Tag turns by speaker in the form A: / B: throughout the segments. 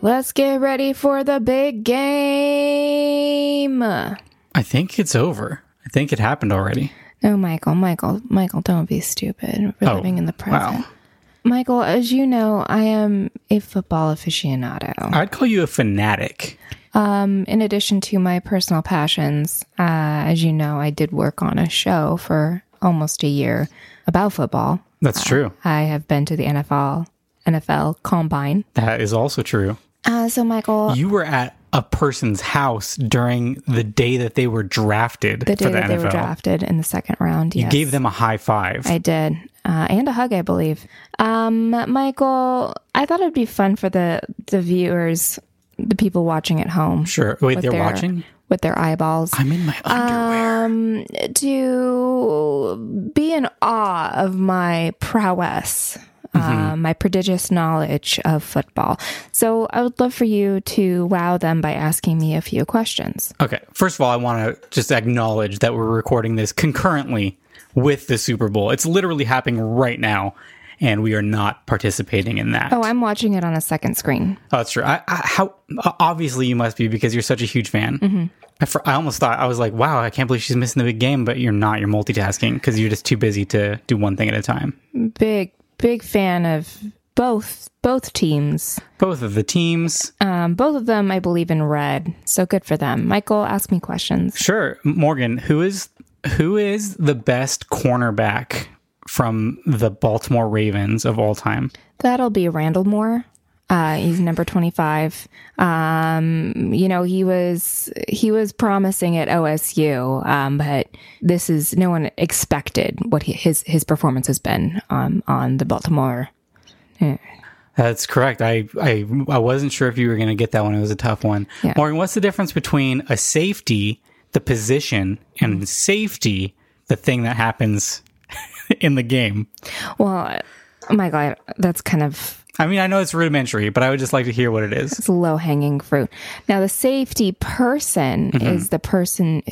A: Let's get ready for the big game. No,
B: I think it's over. I think it happened already.
A: Michael, Michael, Michael, don't be stupid. We're
B: Oh,
A: living in the present.
B: Wow.
A: Michael, as you know, I am a football aficionado.
B: I'd call you a fanatic.
A: Um, in addition to my personal passions, uh, as you know, I did work on a show for almost a year about football.
B: That's true.
A: I have been to the NFL, NFL Combine.
B: That is also true.
A: Uh, so, Michael,
B: You were at a person's house during the day that they were drafted
A: the day
B: for the
A: that
B: NFL.
A: they were drafted in the second round.
B: You
A: yes.
B: gave them a high five.
A: I did, uh, and a hug, I believe. Um, Michael, I thought it'd be fun for the the viewers, the people watching at home.
B: sure. Wait, they're
A: their-
B: watching?
A: with their eyeballs
B: I'm in my underwear.
A: um to be in awe of my prowess
B: Mm-hmm.
A: uh, my prodigious knowledge of football so i would love for you to wow them by asking me a few questions
B: Okay. First of all, I want to just acknowledge that we're recording this concurrently with the Super Bowl. It's literally happening right now, and we are not participating in that.
A: oh i'm watching it on a second screen
B: Oh, that's true. I, I, how obviously you must be because you're such a huge fan. I, fr- I almost thought I was like, wow, I can't believe she's missing the big game, but you're not. You're multitasking because you're just too busy to do one thing at a time.
A: big big fan of both both teams
B: Both of the teams,
A: um, both of them i believe in red so good for them michael ask me questions
B: sure. Morgan, who is who is the best cornerback from the Baltimore Ravens of all time?
A: That'll be Randall Moore. Uh, he's number 25. Um, you know, he was, he was promising at OSU. Um, but this is no one expected what he, his, his performance has been, um, on the Baltimore.
B: That's correct. I I, I wasn't sure if you were going to get that one. It was a tough one.
A: Yeah.
B: Morgan, what's the difference between a safety, the position, and safety, the thing that happens in the game?
A: Well, oh my God, that's kind of
B: I mean, I know it's rudimentary, but I would just like to hear what it is.
A: it's low hanging fruit. Now, the safety person
B: Mm-hmm.
A: is the person,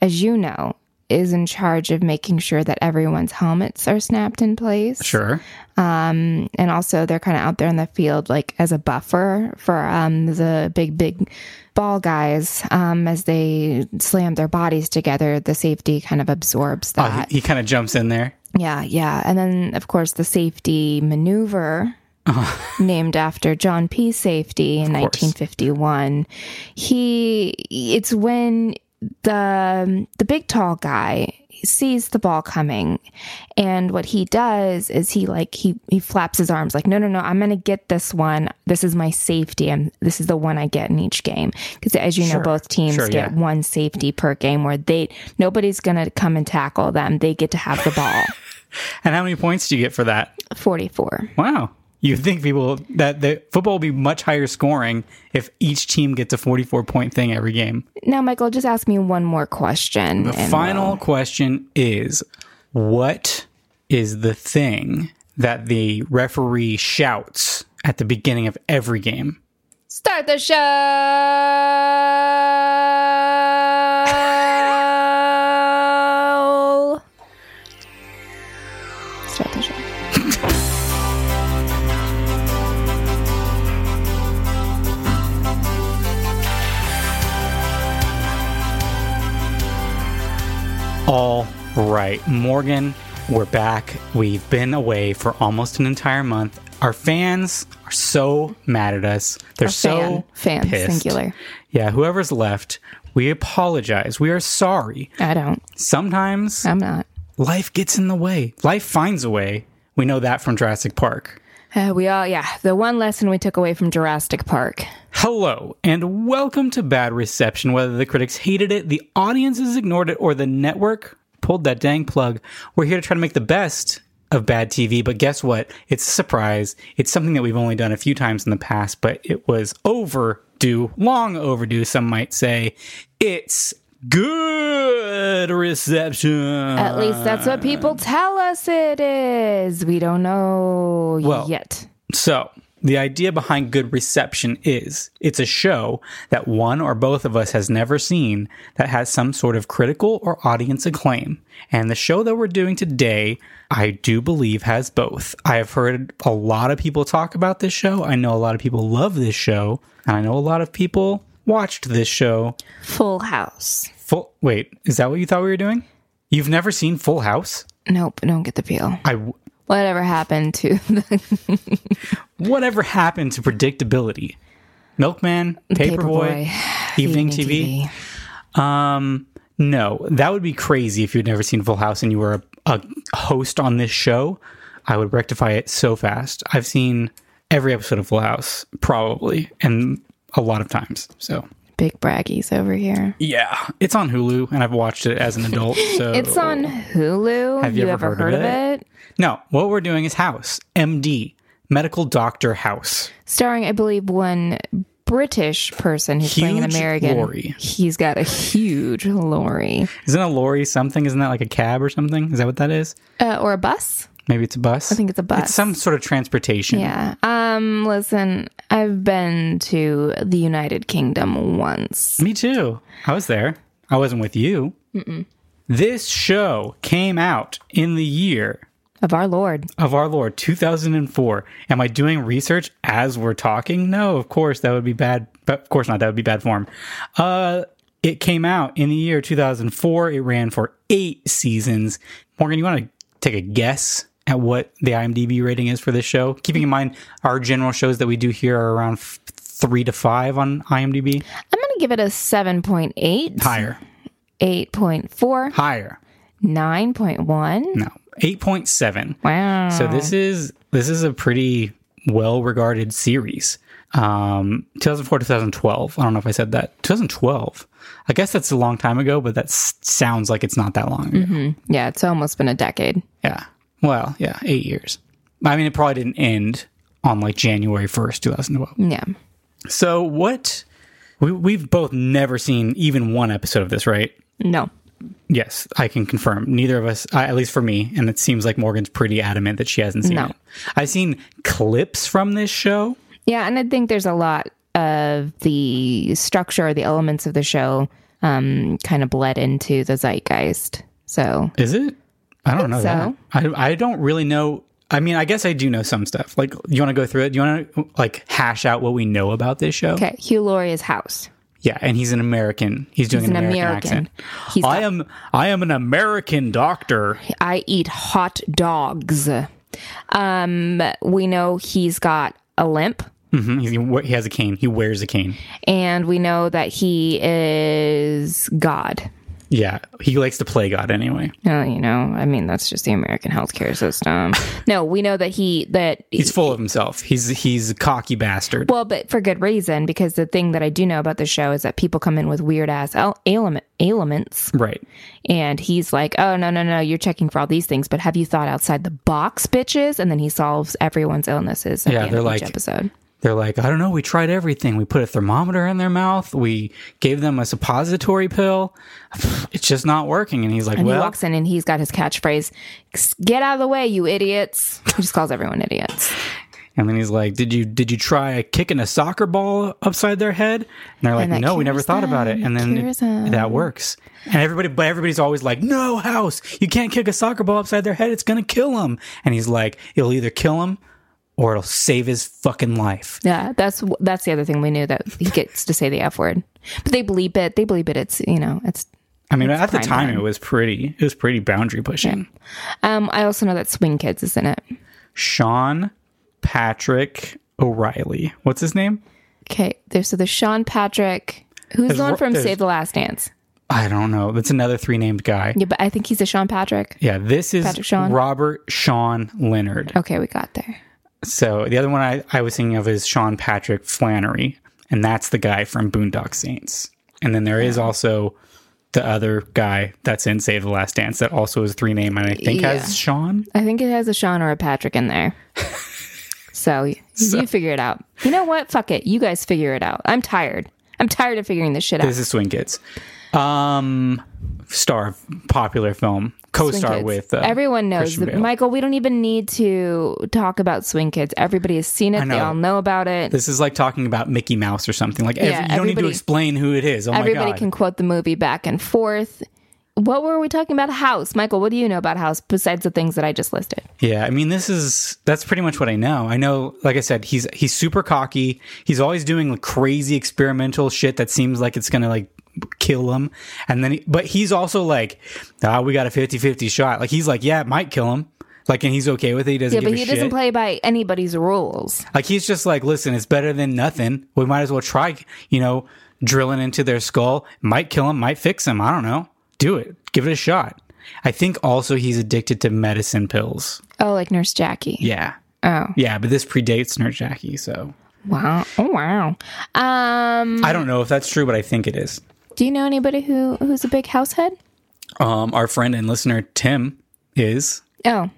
A: as you know, is in charge of making sure that everyone's helmets are snapped in place.
B: Sure.
A: and also they're kind of out there in the field like as a buffer for um, the big big ball guys um, as they slam their bodies together the safety kind of absorbs
B: Oh, he-
A: that
B: he kind of jumps in there.
A: yeah yeah and then of course the safety maneuver named after John P. Safety in 1951. He it's when the the big tall guy sees the ball coming and what he does is he like he he flaps his arms like no no no I'm going to get this one this is my safety and this is the one I get in each game cuz as you know both teams
B: Sure,
A: get
B: yeah.
A: one safety per game where they nobody's going to come and tackle them they get to have the ball
B: And how many points do you get for that?
A: 44
B: Wow. You think people that the football will be much higher scoring if each team gets a 44 point thing every game.
A: Now, Michael, just ask me one more question.
B: The
A: and uh,
B: final question is what is the thing that the referee shouts at the beginning of every game?
A: Start the show. Start the show.
B: All right, Morgan, we're back. We've been away for almost an entire month. Our fans are so mad at us. They're so
A: fan, fan
B: pissed.
A: singular.
B: Yeah, whoever's left, we apologize. We are sorry.
A: I don't.
B: Sometimes
A: I'm not.
B: life gets in the way. Life finds a way. We know that from Jurassic Park.
A: Uh, we all, yeah. The one lesson we took away from Jurassic Park.
B: Hello, and welcome to Bad Reception. Whether the critics hated it, the audiences ignored it, or the network pulled that dang plug, we're here to try to make the best of bad TV. But guess what? It's a surprise. It's something that we've only done a few times in the past, but it was overdue, long overdue, some might say. It's good reception.
A: At least that's what people tell us it is. We don't know
B: well,
A: yet.
B: So, The idea behind good reception is it's a show that one or both of us has never seen that has some sort of critical or audience acclaim. And the show that we're doing today, I do believe has both. I have heard a lot of people talk about this show. I know a lot of people love this show, and I know a lot of people watched this show.
A: Full House.
B: Full Wait, is that what you thought we were doing? You've never seen Full House?
A: Nope, don't get the peel.
B: I w-
A: Whatever happened to the
B: whatever happened to predictability? Milkman, Paperboy, Evening, TV. Um, no, that would be crazy if you'd never seen Full House and you were a, a host on this show. I would rectify it so fast. I've seen every episode of Full House, probably, and a lot of times. So
A: Big braggies over here.
B: yeah, it's on Hulu, and I've watched it as an adult. So
A: It's on Hulu.
B: Oh. Have you ever heard of it? No, what we're doing is House, MD, Medical Doctor House.
A: Starring, I believe, one British person who's playing an
B: Huge
A: American.
B: lorry.
A: He's got a huge lorry.
B: Isn't a lorry something? Isn't that like a cab or something? Is that what that is?
A: Uh, or a bus?
B: Maybe it's a bus.
A: I think it's a bus.
B: It's some sort of transportation.
A: Yeah. Um, listen, I've been to the United Kingdom once.
B: Me too. I was there. I wasn't with you. This show came out in the year
A: Of our Lord.
B: of our Lord 2004. Am I doing research as we're talking? No, of course that would be bad. But of course not. That would be bad form. Uh, it came out in the year 2004. It ran for eight seasons. Morgan, you want to take a guess at what the IMDb rating is for this show? Keeping in mind our general shows that we do here are around f- three to five on IMDb.
A: I'm going to give it a 7.8,
B: Higher,
A: 8.4,
B: higher.
A: 9.1.
B: No, eight point seven.
A: Wow.
B: So this is this is a pretty well regarded series. Um, 2004 2012. I don't know if I said that. 2012. I guess that's a long time ago, but that s- sounds like it's not that long. ago.
A: yeah, it's almost been a decade.
B: Yeah. Well, yeah, eight years. I mean, it probably didn't end on like January 1st, 2012.
A: Yeah.
B: So what? We, we've both never seen even one episode of this, right?
A: No.
B: Yes, I can confirm. Neither of us, I, at least for me, and it seems like Morgan's pretty adamant that she hasn't seen
A: No.
B: it. I've seen clips from this show.
A: Yeah, and I think there's a lot of the structure, the elements of the show um, kind of bled into the zeitgeist. So
B: Is it? I don't know
A: so.
B: that. I, I don't really know. I mean, I guess I do know some stuff. Like, you want to go through it? Do you want to like hash out what we know about this show?
A: Okay, Hugh Laurie's house.
B: Yeah, and he's an American. He's doing
A: He's
B: an
A: an
B: American,
A: American.
B: accent.
A: He's
B: I am. I am an American doctor.
A: I eat hot dogs. Um, we know he's got a limp,
B: hmm He, he has a cane. He wears a cane.
A: and we know that he is God.
B: Yeah, he likes to play God anyway.
A: Uh, you know, I mean, that's just the American healthcare system. no, we know that he that
B: He's full of himself. He's he's a cocky bastard.
A: Well, but for good reason, because the thing that I do know about the show is that people come in with weird ass al- ailment, ailments,
B: Right.
A: and he's like, "Oh no, no, no! You're checking for all these things, but have you thought outside the box, bitches?" And then he solves everyone's illnesses. At
B: Yeah,
A: the end
B: they're
A: of
B: like-
A: each episode.
B: They're like, I don't know. We tried everything. We put a thermometer in their mouth. We gave them a suppository pill. It's just not working. And he's like,
A: And he
B: Well,
A: walks in and he's got his catchphrase, "Get out of the way, you idiots!" He just calls everyone idiots.
B: and then he's like, Did you did you try kicking a soccer ball upside their head? And they're like,
A: that
B: No, we never
A: cures
B: thought about it.
A: them.
B: And then
A: Cures them.
B: that works. And everybody, but everybody's always like, No, House, you can't kick a soccer ball upside their head. It's gonna kill them. And he's like, It'll either kill him or it'll save his fucking life.
A: Yeah, that's that's the other thing we knew that he gets to say the f word, but they bleep it. They bleep it. It's you know, it's
B: I mean, at the
A: prime
B: time,
A: time.
B: it was pretty. It was pretty boundary pushing.
A: Um, I also know that Swing Kids is in it.
B: Sean Patrick O'Reilly. What's his name?
A: Okay, there's so there's Sean Patrick, who's
B: There's
A: the one
B: Ro-
A: from
B: there's-
A: Save the Last Dance.
B: I don't know. That's another three named guy.
A: Yeah, but I think he's a Sean Patrick.
B: Yeah, this is
A: Patrick Sean? Oh.
B: Robert Sean Leonard.
A: Okay, we got there.
B: So the other one I, I was thinking of is Sean Patrick Flannery, and that's the guy from Boondock Saints. And then there is also the other guy that's in Save the Last Dance that also is three name and I think
A: Yeah.
B: has Sean.
A: I think it has a Sean or a Patrick in there. so, you figure it out. You know what? Fuck it. You guys figure it out. I'm tired. I'm tired of figuring this shit out.
B: This is Swing Kids. Um, star of popular film,
A: Swing
B: co-star
A: Kids.
B: with uh,
A: everyone knows
B: Christian
A: that,
B: Bale.
A: Michael. We don't even need to talk about Swing Kids. Everybody has seen it. They
B: know.
A: all know about it.
B: This is like talking about Mickey Mouse or something. Like
A: Yeah,
B: every, you don't need to
A: everybody-
B: explain who it is. Oh my
A: Everybody
B: god!
A: can quote the movie back and forth. What were we talking about? House, Michael. What do you know about House besides the things that I just listed?
B: yeah, I mean, this is that's pretty much what I know. I know, like I said, he's he's super cocky. He's always doing like crazy experimental shit that seems like it's gonna like kill him. And then, he, but he's also like, ah, we got a 50-50 shot. Like he's like, yeah, it might kill him. Like, and he's okay with it. He doesn't.
A: Yeah,
B: give
A: but
B: a
A: he doesn't
B: shit.
A: play by anybody's rules.
B: Like he's just like, listen, it's better than nothing. We might as well try, you know, drilling into their skull. Might kill him, might fix him. I don't know. Do it. Give it a shot. I think also he's addicted to medicine pills.
A: Oh, like Nurse Jackie.
B: Yeah.
A: Oh.
B: Yeah, but this predates Nerd Jackie, so
A: Wow. Oh, wow. Um,
B: I don't know if that's true, but I think it is.
A: do you know anybody who who's a big house head?
B: Um, our friend and listener Tim is
A: Oh,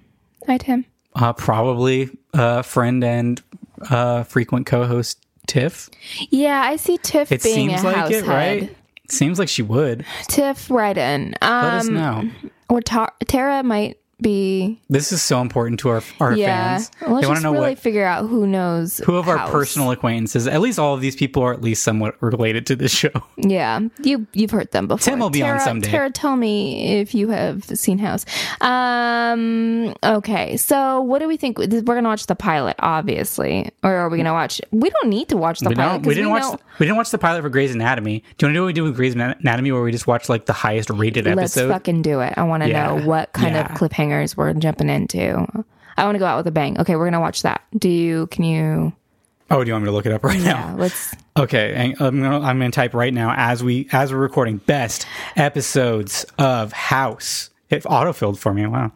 A: hi Tim.
B: uh, probably a friend and uh, frequent co-host Tiff.
A: Yeah, I see Tiff
B: It
A: being
B: seems
A: a
B: like
A: house
B: it,
A: head.
B: right? Seems like she would.
A: Tiff, right in.
B: Let
A: Um,
B: us know.
A: or Ta- Tara might be.
B: This is so important to our our
A: Yeah,
B: fans.
A: let's
B: they want
A: just
B: to know
A: really
B: what
A: figure out who knows
B: who of our
A: house.
B: personal acquaintances. At least all of these people are at least somewhat related to this show.
A: Yeah, you you've heard them before.
B: Tim will be on
A: Tara,
B: someday.
A: Tara, tell me if you have seen House. Um, okay, so what do we think? We're gonna watch the pilot, obviously, or are we gonna watch? We don't need to watch the
B: We,
A: pilot
B: don't,
A: 'cause
B: we didn't
A: we
B: watch
A: know-
B: we didn't watch the pilot for Grey's Anatomy. Do you want to do what we did with Grey's Ana- Anatomy, where we just watch like the highest rated
A: Let's
B: episode?
A: fucking do it. I want to
B: Yeah.
A: know what kind
B: Yeah.
A: of cliffhangers we're jumping into. I want to go out with a bang. Okay, we're gonna watch that. Do you? Can you?
B: oh, do you want me to look it up right
A: Yeah,
B: now?
A: let's.
B: Okay, and I'm gonna I'm gonna type right now as we as we're recording best episodes of House. It autofilled for me. Wow.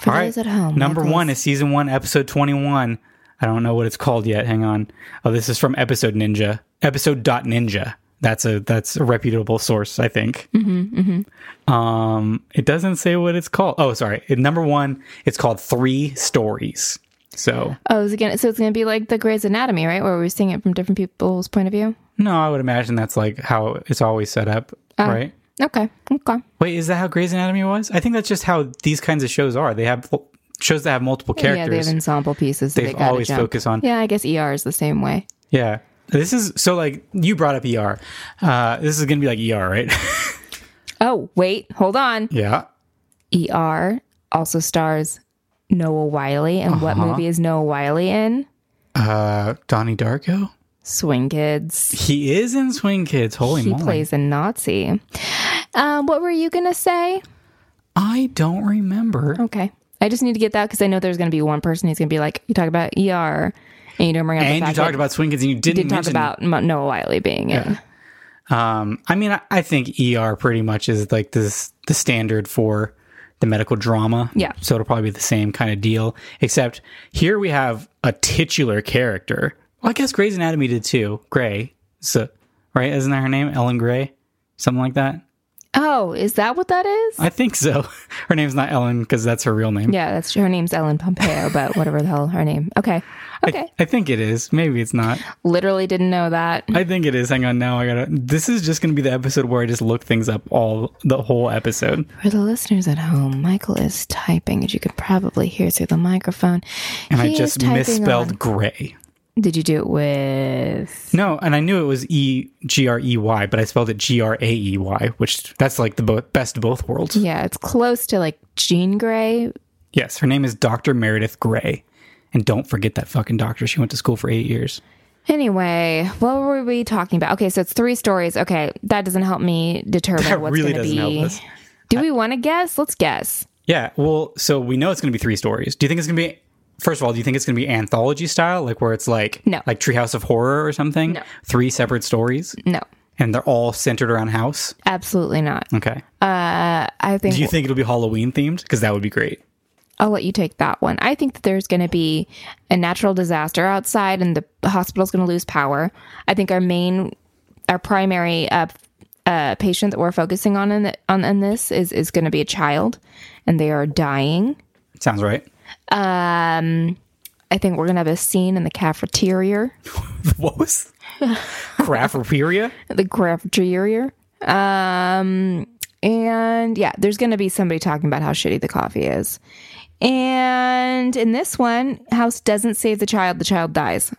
A: For those at home,
B: Number
A: Nicholas.
B: one is season one, episode 21. I don't know what it's called yet. Hang on. Oh, this is from Episode Ninja. Episode dot Ninja. That's a that's a reputable source, I think. Mm-hmm, Um, it doesn't say what it's called. Oh, sorry. It- number one, it's called Three Stories. So
A: Oh, is it gonna, so it's gonna be like the Grey's Anatomy, right? Where we're seeing it from different people's point of view.
B: no, I would imagine that's like how it's always set up,
A: uh,
B: right?
A: Okay. Okay.
B: Wait, is that how Grey's Anatomy was? I think that's just how these kinds of shows are. They have shows that have multiple
A: Yeah, they
B: characters.
A: have ensemble pieces. that
B: They've
A: they gotta
B: always
A: jump.
B: focus on-
A: Yeah, I guess ER is the same way.
B: Yeah. This is so like you brought up ER. Uh, this is gonna be like ER, right?
A: Oh wait, hold on.
B: yeah.
A: ER also stars Noah Wiley, and what
B: Uh-huh.
A: movie is Noah Wiley in?
B: Uh, Donnie Darko.
A: Swing Kids.
B: He is in Swing Kids. Holy
A: He
B: moly!
A: plays a Nazi. Um, what were you gonna say?
B: I don't remember.
A: Okay, I just need to get that because I know there's gonna be one person who's gonna be like, "You talk about ER, and you don't bring up the
B: and you
A: fact
B: talked
A: that
B: about Swing Kids, and you didn't,
A: you did talk
B: mention.
A: about Mo- Noah Wiley being in."
B: um, I mean, I, I think ER pretty much is like this the standard for the medical drama.
A: Yeah.
B: So it'll probably be the same kind of deal, except here we have a titular character. Well, I guess Grey's Anatomy did too. Grey. So, right? Isn't that her name? Ellen Grey, something like that.
A: Oh, is that what that is?
B: I think so. Her name's not Ellen because that's her real name.
A: Yeah, that's her name's Ellen Pompeo, but whatever the hell her name. Okay, okay. Mm.
B: I think it is. Maybe it's not.
A: Literally didn't know that.
B: I think it is. Hang on now. I gotta. This is just gonna be the episode where I just look things up all the whole episode.
A: For the listeners at home, Michael is typing, as you could probably hear through the microphone.
B: And
A: He
B: I
A: is
B: just
A: typing
B: misspelled
A: on-
B: gray.
A: Did you do it with?
B: No, and I knew it was E G R E Y, but I spelled it G R A E Y, which that's like the bo- best of both worlds.
A: Yeah, it's close to like Jean Grey.
B: Yes, her name is Dr. Meredith Gray. And don't forget that fucking doctor. She went to school for eight years.
A: Anyway, what were we talking about? Okay, so it's three stories. Okay, that doesn't help me determine
B: That
A: what's
B: really
A: going to
B: doesn't
A: be.
B: help us.
A: Do we want to guess? Let's guess.
B: Yeah, well, so we know it's going to be three stories. Do you think it's going to be? First of all, do you think it's going to be anthology style, like where it's like
A: No.
B: like Treehouse of Horror or something?
A: No.
B: Three separate stories,
A: No,
B: and they're all centered around house.
A: absolutely not.
B: Okay.
A: I think
B: do you think it'll be Halloween themed? Because that would be great.
A: I'll let you take that one. I think that there's going to be a natural disaster outside and the hospital's going to lose power. I think our main, our primary uh, uh, patient that we're focusing on in, the, on in this is, is going to be a child and they are dying.
B: Sounds right.
A: I think we're gonna have a scene in the cafeteria,
B: what was Crafteria?
A: the cafeteria. Um, and yeah, there's gonna be somebody talking about how shitty the coffee is. And in this one, House doesn't save the child; the child dies.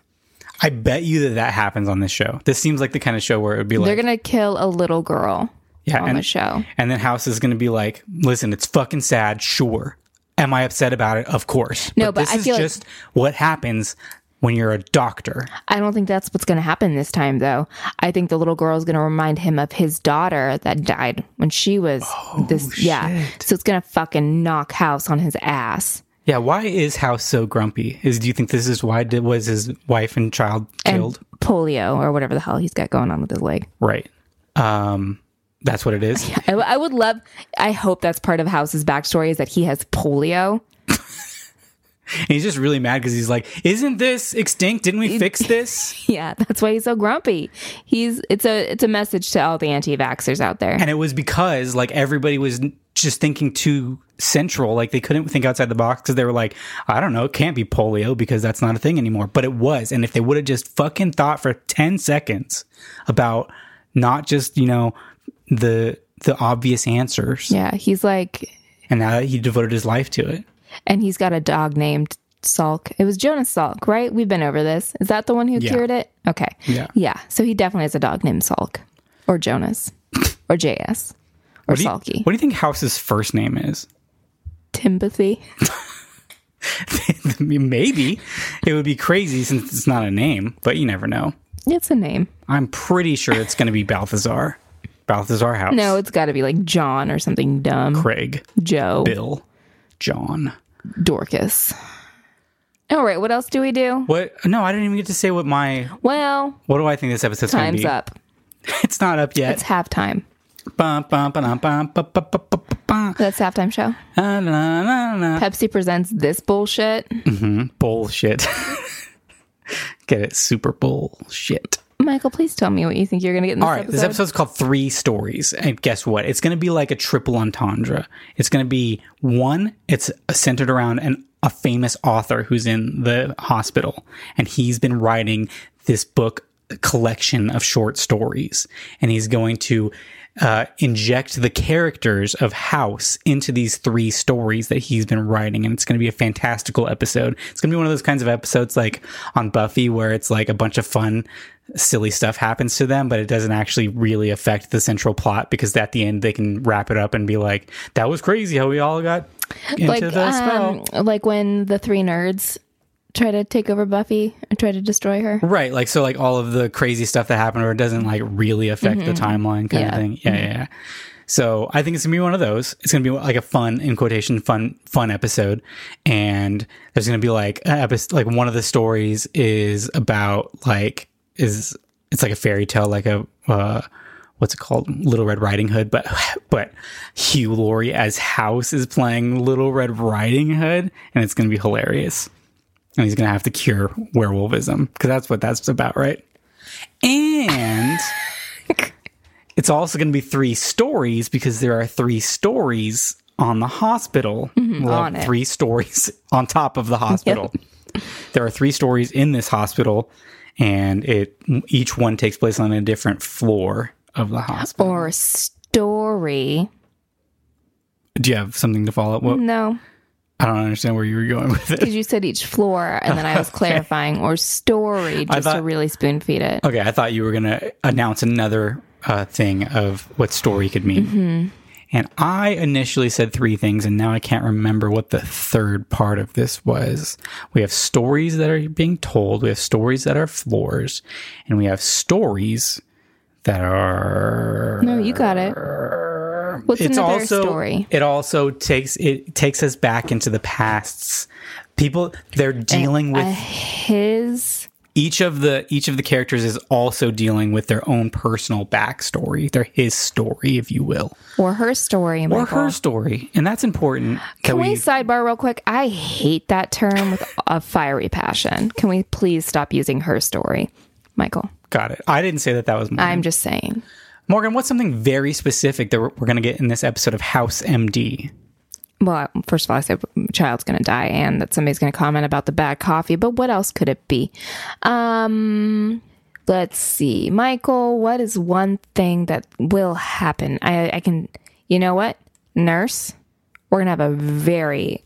B: I bet you that that happens on this show. This seems like the kind of show where it would be like,
A: They're gonna kill a little girl
B: yeah,
A: on
B: and,
A: the show.
B: and then House is going to be like, listen, it's fucking sad. Sure. Am I upset about it? Of course.
A: No, but
B: this
A: I
B: is
A: feel like-
B: just what happens when you're a doctor.
A: I don't think that's what's going to happen this time, though. I think the little girl is going to remind him of his daughter that died when she was
B: Oh,
A: this. Yeah, so it's going to fucking knock House on his ass
B: Yeah. Why is House so grumpy? Is do you think this is why did, was his wife and child killed?
A: and polio or whatever the hell he's got going on with his leg.
B: right. Um. That's what it is.
A: I, w- I would love. I hope that's part of House's backstory is that he has polio.
B: And he's just really mad because he's like, "Isn't this extinct? Didn't we fix this?"
A: Yeah, that's why he's so grumpy. He's it's a it's a message to all the anti-vaxxers out there.
B: And it was because like everybody was just thinking too central, like they couldn't think outside the box because they were like, "I don't know, it can't be polio because that's not a thing anymore." But it was, and if they would have just fucking thought for ten seconds about not just you know the the obvious answers,
A: yeah, he's like
B: and now that he devoted his life to it.
A: and he's got a dog named Salk. It was Jonas Salk, right? We've been over this. Is that the one who cured it? Okay.
B: Yeah.
A: Yeah. So he definitely has a dog named Salk or Jonas or JS or
B: What do, you,
A: Salky.
B: what do you think House's first name is?
A: Timothy.
B: Maybe it would be crazy since it's not a name, but you never know.
A: It's a name.
B: I'm pretty sure it's going to be Balthazar. Balthazar House.
A: No, it's got to be like John or something dumb.
B: Craig,
A: Joe.
B: Bill, John.
A: Dorcas. All right. What else do we do?
B: What? No, I didn't even get to say what my.
A: Well,
B: What do I think this episode's going to
A: time's
B: be?
A: up.
B: It's not up
A: It's
B: yet.
A: halftime.
B: Bum, bum, ba-dum, bum, bu- bu- bu- bu- bu- bum.
A: That's halftime show.
B: Na, na, na, na.
A: Pepsi presents this bullshit.
B: Bullshit. Get it? Super bullshit.
A: Michael, please tell me what you think you're going to get in this
B: All right,
A: episode.
B: this episode's called Three Stories. And guess what? It's going to be like a triple entendre. It's going to be one, it's centered around an, a famous author who's in the hospital, and he's been writing this book collection of short stories. And he's going to uh, inject the characters of House into these three stories that he's been writing. And it's going to be a fantastical episode. It's going to be one of those kinds of episodes like on Buffy where it's like a bunch of fun, silly stuff happens to them, but it doesn't actually really affect the central plot because at the end they can wrap it up and be like, that was crazy how we all got into
A: like
B: the spell.
A: um, like when the three nerds try to take over Buffy and try to destroy her.
B: Right, like so, like all of the crazy stuff that happened, or it doesn't like really affect the timeline, kind of
A: Yeah.
B: thing. Yeah, yeah, yeah. So I think it's gonna be one of those. It's gonna be like a fun, in quotation, fun, fun episode. And there's gonna be like an episode, like one of the stories is about like is it's like a fairy tale, like a uh, what's it called, Little Red Riding Hood, but but Hugh Laurie as House is playing Little Red Riding Hood, and it's gonna be hilarious and he's going to have to cure werewolfism because that's what that's about, right? And it's also going to be three stories because there are three stories on the hospital. We'll
A: Mm-hmm. on
B: have
A: it.
B: three stories on top of the hospital. There are three stories in this hospital, and it each one takes place on a different floor of the hospital.
A: Or story.
B: Do you have something to follow up? Well,
A: No,
B: I don't understand where you were going with it.
A: because you said each floor, and then I was clarifying or story just to
B: thought-
A: really spoon feed it.
B: Okay, I thought you were going to announce another uh, thing of what story could mean.
A: Mm-hmm.
B: And I initially said three things, and now I can't remember what the third part of this was. We have stories that are being told, we have stories that are floors, and we have stories that are.
A: No, you got it. What's another story?
B: It also takes it takes us back into the pasts. People they're dealing with
A: Uh, His
B: each of the each of the characters is also dealing with their own personal backstory, their his story, if you will,
A: or her story.
B: or
A: Michael.
B: her story, and that's important.
A: Uh-huh. Can
B: that
A: we sidebar real quick? I hate that term with a fiery passion. Can we please stop using her story, Michael?
B: got it? I didn't say that that was Morgan.
A: I'm just saying.
B: Morgan, what's something very specific that we're, we're going to get in this episode of House MD?
A: well, first of all, I said child's going to die and that somebody's going to comment about the bad coffee, but what else could it be? Um, let's see. Michael, what is one thing that will happen? I, I can, you know what? Nurse, we're going to have a very,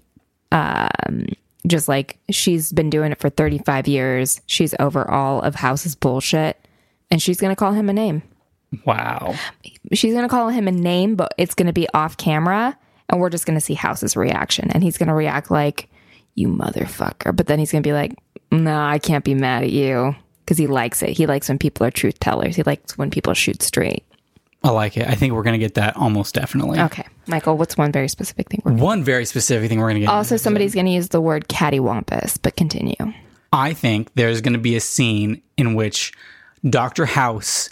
A: um, just like she's been doing it for 35 years. She's over all of House's bullshit and she's going to call him a name.
B: Wow.
A: She's going to call him a name, but it's going to be off camera and we're just going to see House's reaction. And he's going to react like, you motherfucker. But then he's going to be like, no, I can't be mad at you because he likes it. He likes when people are truth tellers, he likes when people shoot straight.
B: I like it. I think we're going to get that almost definitely.
A: Okay. Michael, what's one very specific thing we're
B: One very specific thing we're going to get.
A: Also, somebody's going to use the word cattywampus, but continue.
B: I think there's going to be a scene in which Dr. House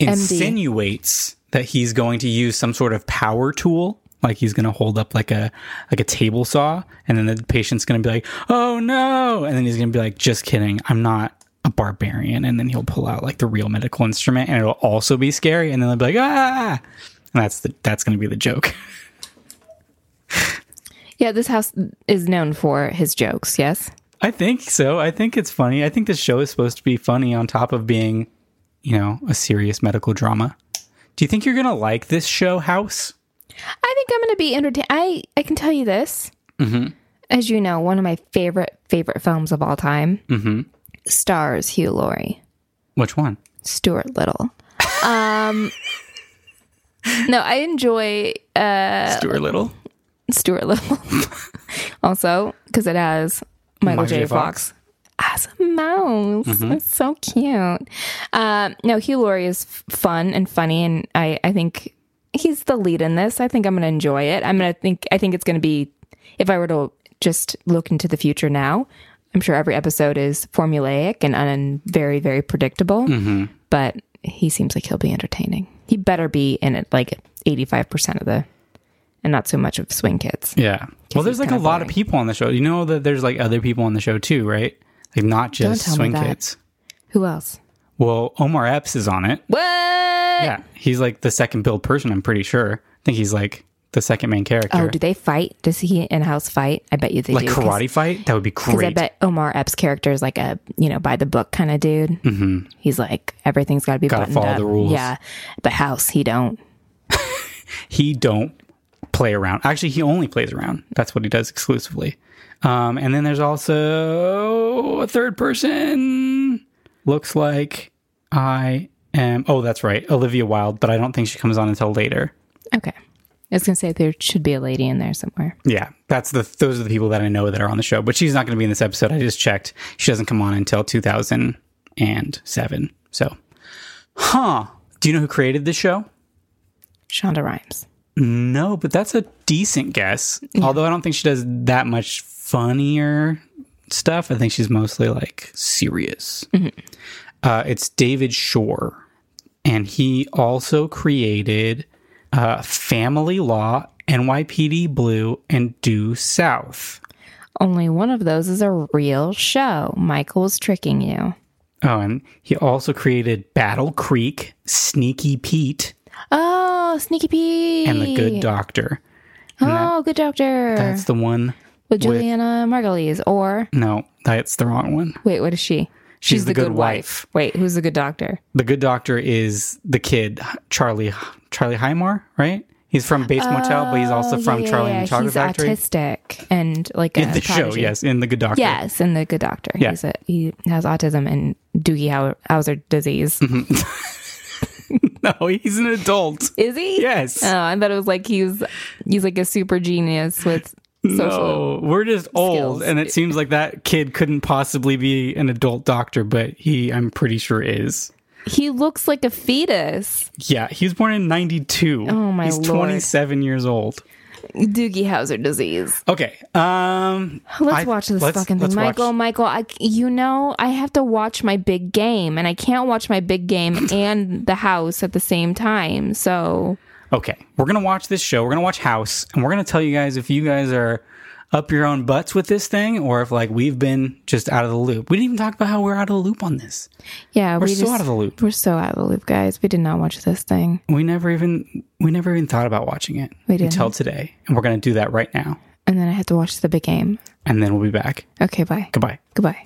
B: insinuates that he's going to use some sort of power tool like he's going to hold up like a like a table saw and then the patient's going to be like oh no and then he's going to be like just kidding i'm not a barbarian and then he'll pull out like the real medical instrument and it'll also be scary and then they'll be like ah and that's the that's going to be the joke
A: Yeah, this house is known for his jokes, yes?
B: i think so i think it's funny i think this show is supposed to be funny on top of being you know a serious medical drama do you think you're going to like this show house
A: I think I'm going to be entertained. I, I can tell you this. As you know, one of my favorite, favorite films of all time stars Hugh Laurie,
B: which one
A: Stuart Little. Um, no, I enjoy Uh,
B: stuart little
A: Stuart Little. also, because it has Michael
B: Michael
A: J.
B: J.
A: Fox. Mm-hmm. As a mouse. That's so cute. Um, no, Hugh Laurie is f- fun and funny, and I, I think he's the lead in this. I think I'm going to enjoy it. I'm going to think, I think it's going to be, if I were to just look into the future now, I'm sure every episode is formulaic and un- very, very predictable, but he seems like he'll be entertaining. He better be in it like 85% of the, and not so much of Swing Kids.
B: Yeah.
A: he's
B: Well, there's like a
A: kinda
B: lot of
A: boring.
B: people on the show. You know that there's like other people on the show too, right? Like not just
A: tell me
B: swing
A: that.
B: kids.
A: Who else?
B: Well, Omar Epps is on it.
A: What?
B: Yeah. He's like the second build person, I'm pretty sure. I think he's like the second main character.
A: Oh, do they fight? Does he in house fight? I bet you they
B: like
A: do.
B: karate fight? That would be
A: Because I
B: great.
A: bet Omar Epps' character is like a you know by the book kind of dude. Mm-hmm. He's like everything's got to be
B: Gotta
A: buttoned
B: follow
A: up.
B: the rules.
A: Yeah, but House he don't.
B: he don't play around. Actually, he only plays around. That's what he does exclusively. Um, and then there's also a third person. Looks like I am. Oh, that's right, Olivia Wilde. But I don't think she comes on until later.
A: Okay, I was gonna say there should be a lady in there somewhere.
B: Yeah, that's the those are the people that I know that are on the show, but she's not going to be in this episode. I just checked; she doesn't come on until 2007. So, huh? Do you know who created this show?
A: Shonda Rhimes.
B: No, but that's a decent guess. Although I don't think she does that much funnier stuff. I think she's mostly like serious. Uh, it's David Shore, and he also created uh, Family Law, NYPD Blue, and Due South.
A: Only one of those is a real show. Michael's tricking you.
B: Oh, and he also created Battle Creek, Sneaky Pete,
A: Oh, Sneaky Pete
B: and The Good Doctor.
A: Oh, Good Doctor
B: That's the one.
A: with Juliana Margulies. Or
B: No, that's the wrong one.
A: wait, what is she?
B: She's the good wife.
A: Wait, who's the good doctor?
B: The Good Doctor is the kid Charlie Charlie Highmore, right? He's from Bates Motel, but he's also
A: Oh,
B: from
A: yeah, yeah,
B: Charlie
A: yeah.
B: and the Chocolate
A: he's
B: Factory.
A: autistic and like a
B: in the show,
A: prodigy.
B: yes, in The Good Doctor.
A: Yes, and the good doctor.
B: Yeah.
A: He's a, he has autism and Doogie Hau- Howser disease.
B: No, he's an adult.
A: Is he?
B: Yes.
A: Oh, I thought it was like he's he's like a super genius with social.
B: No, we're just old,
A: skills.
B: and it seems like that kid couldn't possibly be an adult doctor, but he, I'm pretty sure, is.
A: He looks like a fetus.
B: Yeah, he was born in '92.
A: Oh, my
B: He's
A: Lord.
B: 27 years old.
A: Doogie Howser disease.
B: Okay. Um,
A: Oh, Let's
B: I-
A: watch this
B: let's-
A: fucking thing,
B: let's watch-
A: Michael. Michael, I c you know I have to watch my big game, and I can't watch my big game and the house at the same time. So
B: Okay, we're gonna watch this show. We're gonna watch House, and we're gonna tell you guys if you guys are up your own butts with this thing, or if like we've been just out of the loop. We didn't even talk about how we're out of the loop on this.
A: yeah,
B: We're so out of the loop.
A: We're so out of the loop, guys. We did not watch this thing.
B: We never even we never even thought about watching it
A: We didn't.
B: until today, and we're gonna do that right now.
A: and then I have to watch the big game.
B: And then we'll be back.
A: Okay, bye.
B: Goodbye.
A: Goodbye.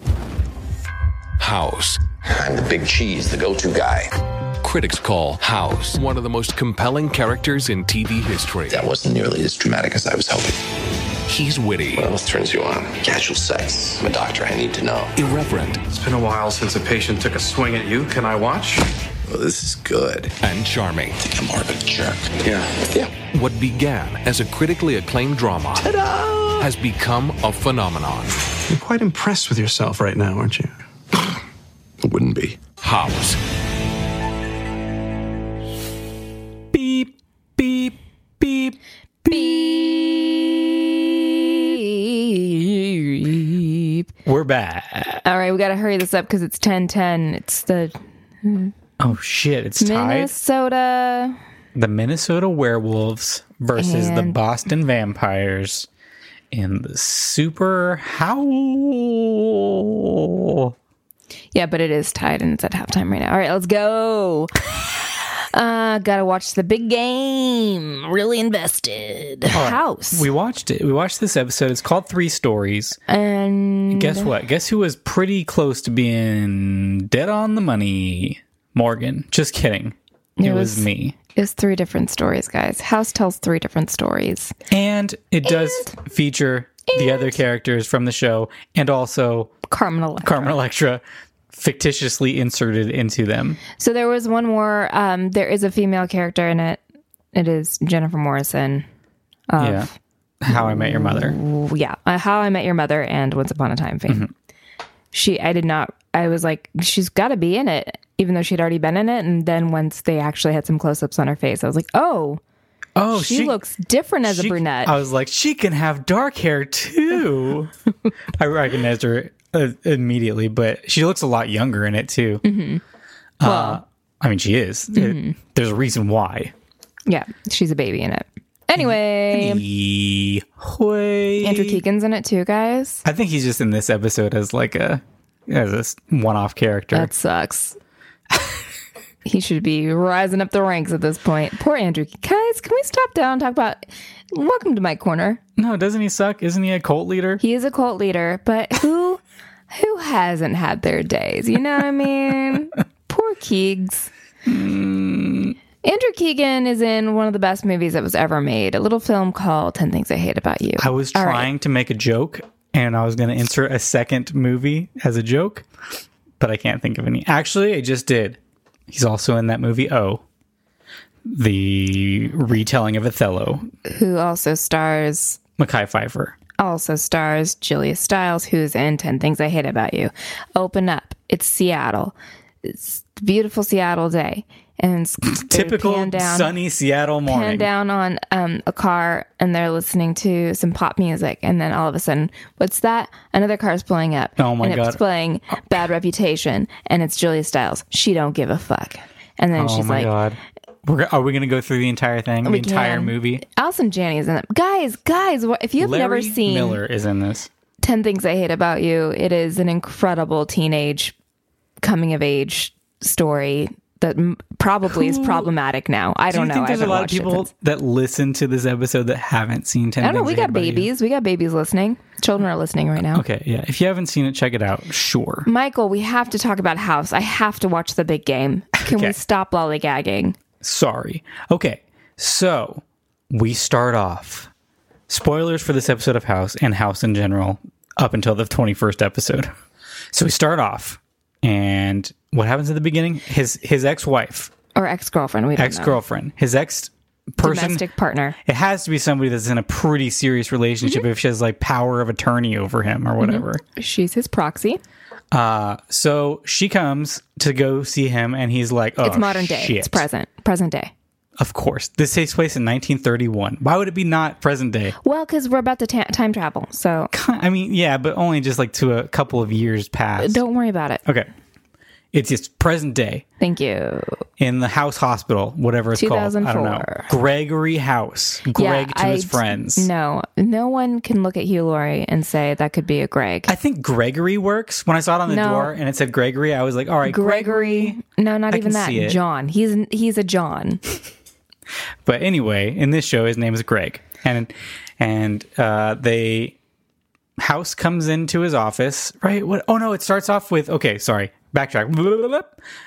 C: House.
D: I'm the big cheese, the go to guy.
C: Critics call House one of the most compelling characters in TV history.
D: That wasn't nearly as dramatic as I was hoping.
C: He's witty,
D: What else turns you on? Casual sex. I'm a doctor, I need to know.
C: irreverent,
E: It's been a while since a patient took a swing at you. Can I watch?
D: Well, this is good.
C: and charming.
D: I think I'm more of a jerk.
E: Yeah.
D: Yeah.
C: What began as a critically acclaimed drama has become a phenomenon.
E: You're quite impressed with yourself right now, aren't you?
D: It wouldn't be.
C: House.
B: Beep, beep, beep.
A: Beep.
B: We're back.
A: All right, we got to hurry this up because it's ten ten. It's the
B: Oh shit, it's tied.
A: Minnesota.
B: the Minnesota Werewolves versus the
A: And-
B: Boston Vampires in the Super Howl.
A: Yeah, but it is tied and it's at halftime right now. All right, let's go. Uh, gotta watch the big game. Really invested. House.
B: We watched it. We watched this episode. It's called Three Stories.
A: and
B: Guess what? Guess who was pretty close to being dead on the money? Morgan. Just kidding. It,
A: It
B: was,
A: was-
B: me.
A: it's three different stories, guys. House tells three different stories.
B: And it does feature the other characters from the show and also
A: Carmen Electra.
B: Carmen Electra fictitiously inserted into them.
A: So there was one more. Um, there is a female character in it. It is Jennifer Morrison.
B: yeah. How I Met Your Mother.
A: Well, yeah, Mm-hmm. uh, How I Met Your Mother and Once Upon a Time fame. She, I did not. I was like, she's got to be in it, even though she'd already been in it. And then once they actually had some close-ups on her face, I was like, oh,
B: Oh,
A: she, uh, looks different as
B: she-
A: a brunette.
B: I was like, she can have dark hair too. I recognized her uh, immediately, but she looks a lot younger in it too. Mm-hmm. uh, I mean, she is. It-
A: mm-hmm.
B: there's a reason why.
A: yeah, she's a baby in it. Anyway,
B: Yee-hoy.
A: Andrew Keegan's in it too, guys.
B: I think he's just in this episode as like a as a s- one-off character.
A: That sucks. he should be rising up the ranks at this point. Poor Andrew. Guys, can we stop down and talk about? Welcome to my corner.
B: no, doesn't he suck? Isn't he a cult leader?
A: He is a cult leader, but who who hasn't had their days? You know what I mean? Poor Keegs.
B: Hmm.
A: Andrew Keegan is in one of the best movies that was ever made, a little film called 10 Things I Hate About You.
B: I was
A: All right.
B: trying to make a joke and I was going to insert a second movie as a joke, but I can't think of any. Actually, I just did. He's also in that movie O, the retelling of Othello,
A: Who also stars
B: Mackay Pfeiffer.
A: also stars Julia Stiles, who's in 10 Things I Hate About You. Open up. It's Seattle. It's a beautiful Seattle day. And it's they're
B: Typical
A: pan down.
B: sunny Seattle
A: pan
B: morning.
A: down on um, a car and they're listening to some pop music and then all of a sudden what's that another car's pulling up
B: Oh my
A: and
B: God.
A: it's playing bad reputation and it's julia styles she don't give a fuck and then
B: Oh
A: she's
B: my
A: like
B: god. We're, go- are we going to go through the entire thing? The
A: We
B: entire
A: can.
B: movie?
A: allison janney is in it guys guys wh- if you've
B: Larry
A: never seen
B: Miller is in this.
A: 10 things i hate about you it is an incredible teenage coming of age story that m- probably is problematic now i
B: Do
A: don't
B: you
A: know
B: think
A: I
B: there's a
A: haven't
B: lot of
A: watched it
B: people
A: since.
B: that listen to this episode that haven't seen 10
A: I don't know.
B: Things
A: We
B: Hate
A: got
B: About You?
A: babies. We got babies listening. Children are listening right now.
B: Okay, yeah. If you haven't seen it, check it out. Sure.
A: Michael, we have to talk about House. I have to watch the big game. Can
B: Okay.
A: we stop lollygagging?
B: Sorry. Okay. So we start off. Spoilers for this episode of House and House in general up until the 21st episode. So we start off and what happens at the beginning? His his ex-wife,
A: Or ex girlfriend? We don't know.
B: ex-girlfriend, his ex person
A: domestic partner.
B: It has to be somebody that's in a pretty serious relationship
A: Mm-hmm.
B: if she has like power of attorney over him or whatever.
A: She's his proxy.
B: So she comes to go see him and he's like, "Oh,
A: It's modern day.
B: shit.
A: It's present. Present day.
B: Of course. This takes place in 1931. Why would it be not present day?
A: Well, because we're about to ta- time travel, so
B: I mean, yeah, but only just like to a couple of years past.
A: don't worry about it.
B: Okay. It's just present day
A: Thank you.
B: in the house hospital, whatever it's called. I don't know.
A: 2004.
B: Gregory House. Greg to his
A: I d-
B: friends.
A: No, no one can look at Hugh Laurie and say that could be a Greg.
B: I think Gregory works. When I saw it on the
A: No.
B: door and it said Gregory, I was like, all right, Gregory.
A: No, not
B: I
A: even
B: can
A: that.
B: see it.
A: John. He's he's a John.
B: But anyway, in this show, his name is Greg. And and uh, they House comes into his office, right? What? Oh no, it starts off with okay, sorry, backtrack. Blah, blah, blah, blah.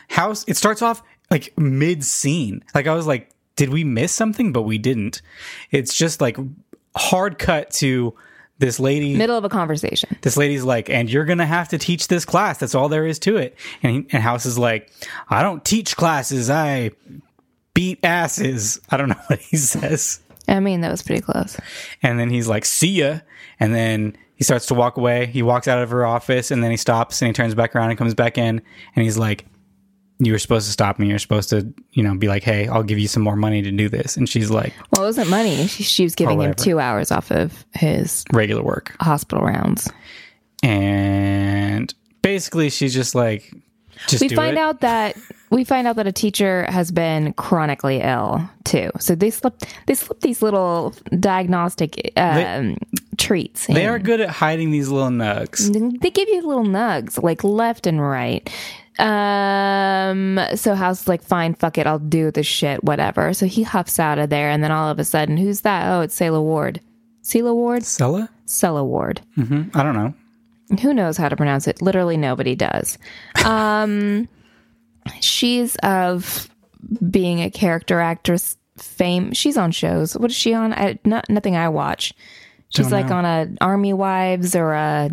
B: House. It starts off like mid scene. Like I was like, did we miss something? But we didn't. It's just like hard cut to this lady.
A: Middle of a conversation.
B: This lady's like, and you're gonna have to teach this class. That's all there is to it. And, he, and House is like, I don't teach classes. I beat asses. I don't know what he says.
A: I mean, that was pretty close.
B: And then he's like, see ya. And then he starts to walk away. He walks out of her office and then he stops and he turns back around and comes back in and he's like, you were supposed to stop me. You're supposed to, you know, be like, hey, I'll give you some more money to do this. And she's like,
A: Well, it wasn't money. She, she was giving him
B: whatever.
A: two hours off of his
B: regular work.
A: hospital rounds.
B: And basically, she's just like, just
A: we
B: do
A: find
B: it.
A: out that we find out that a teacher has been chronically ill too. So they slip they slip these little diagnostic um, treats.
B: They
A: in.
B: are good at hiding these little nugs.
A: they give you little nugs like left and right. Um, so House is like, fine, fuck it, I'll do the shit, whatever. So he huffs out of there, and then all of a sudden, who's that? Oh, it's Selah Ward. Selah Ward,
B: Stella?
A: Selah Ward.
B: I don't know.
A: who knows how to pronounce it? Literally nobody does. Um, she's of being a character actress fame. She's on shows. What is she on? I, not nothing I watch. She's
B: Don't
A: like
B: know.
A: on a Army Wives or a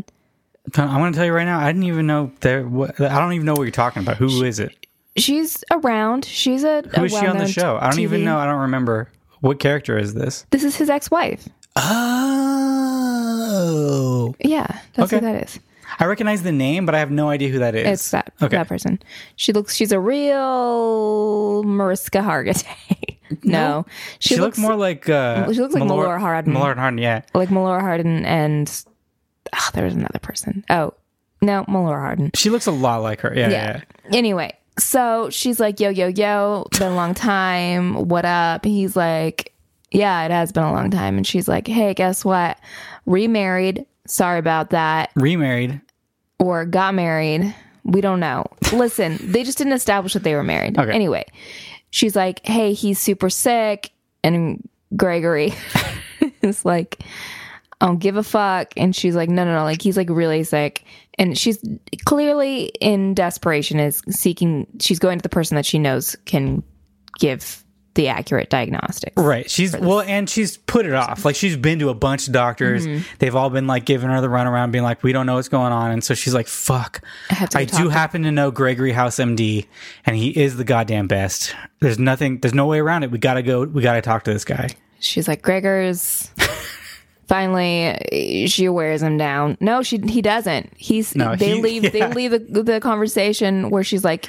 B: I want to tell you right now, I didn't even know there. What, I don't even know what you're talking about. Who is it?
A: she's around. She's a
B: Who
A: a
B: is she on the
A: well-known
B: show? I don't even
A: TV.
B: know. I don't remember. What character is this?
A: This is his ex-wife.
B: Oh.
A: Yeah, that's who
B: Okay.
A: that is.
B: I recognize the name, but I have no idea who that is.
A: It's that
B: Okay.
A: that person. She looks. She's a real Mariska Hargitay. no,
B: She, looked more like uh,
A: She looks like Melora Hardin.
B: Melora Hardin, yeah.
A: like Melora Hardin and oh, there was another person. Oh, no, Melora Hardin.
B: She looks a lot like her. Yeah, yeah.
A: Yeah. Anyway, so she's like, yo, yo, yo, been a long time. What up? He's like, yeah, it has been a long time. And she's like, hey, guess what? Remarried. Sorry about that.
B: Remarried.
A: Or got married. We don't know. Listen, they just didn't establish that they were married.
B: Okay.
A: Anyway, she's like, hey, he's super sick. And Gregory is like, I don't give a fuck. And she's like, no, no, no. Like, he's like really sick. And she's clearly in desperation, is seeking, she's going to the person that she knows can give the accurate diagnostics.
B: Right. She's well, and she's put it off. Like she's been to a bunch of doctors.
A: Mm-hmm.
B: They've all been like giving her the runaround, being like, "We don't know what's going on." And so she's like, "Fuck, I,
A: have to go talk
B: do
A: to-
B: happen to know Gregory House MD, and he is the goddamn best. There's nothing. There's no way around it. We gotta go. We gotta talk to this guy."
A: She's like, Gregor's. Finally, she wears him down. No, she he doesn't. He's
B: No,
A: they
B: he-
A: leave they
B: yeah.
A: leave the, the conversation where she's like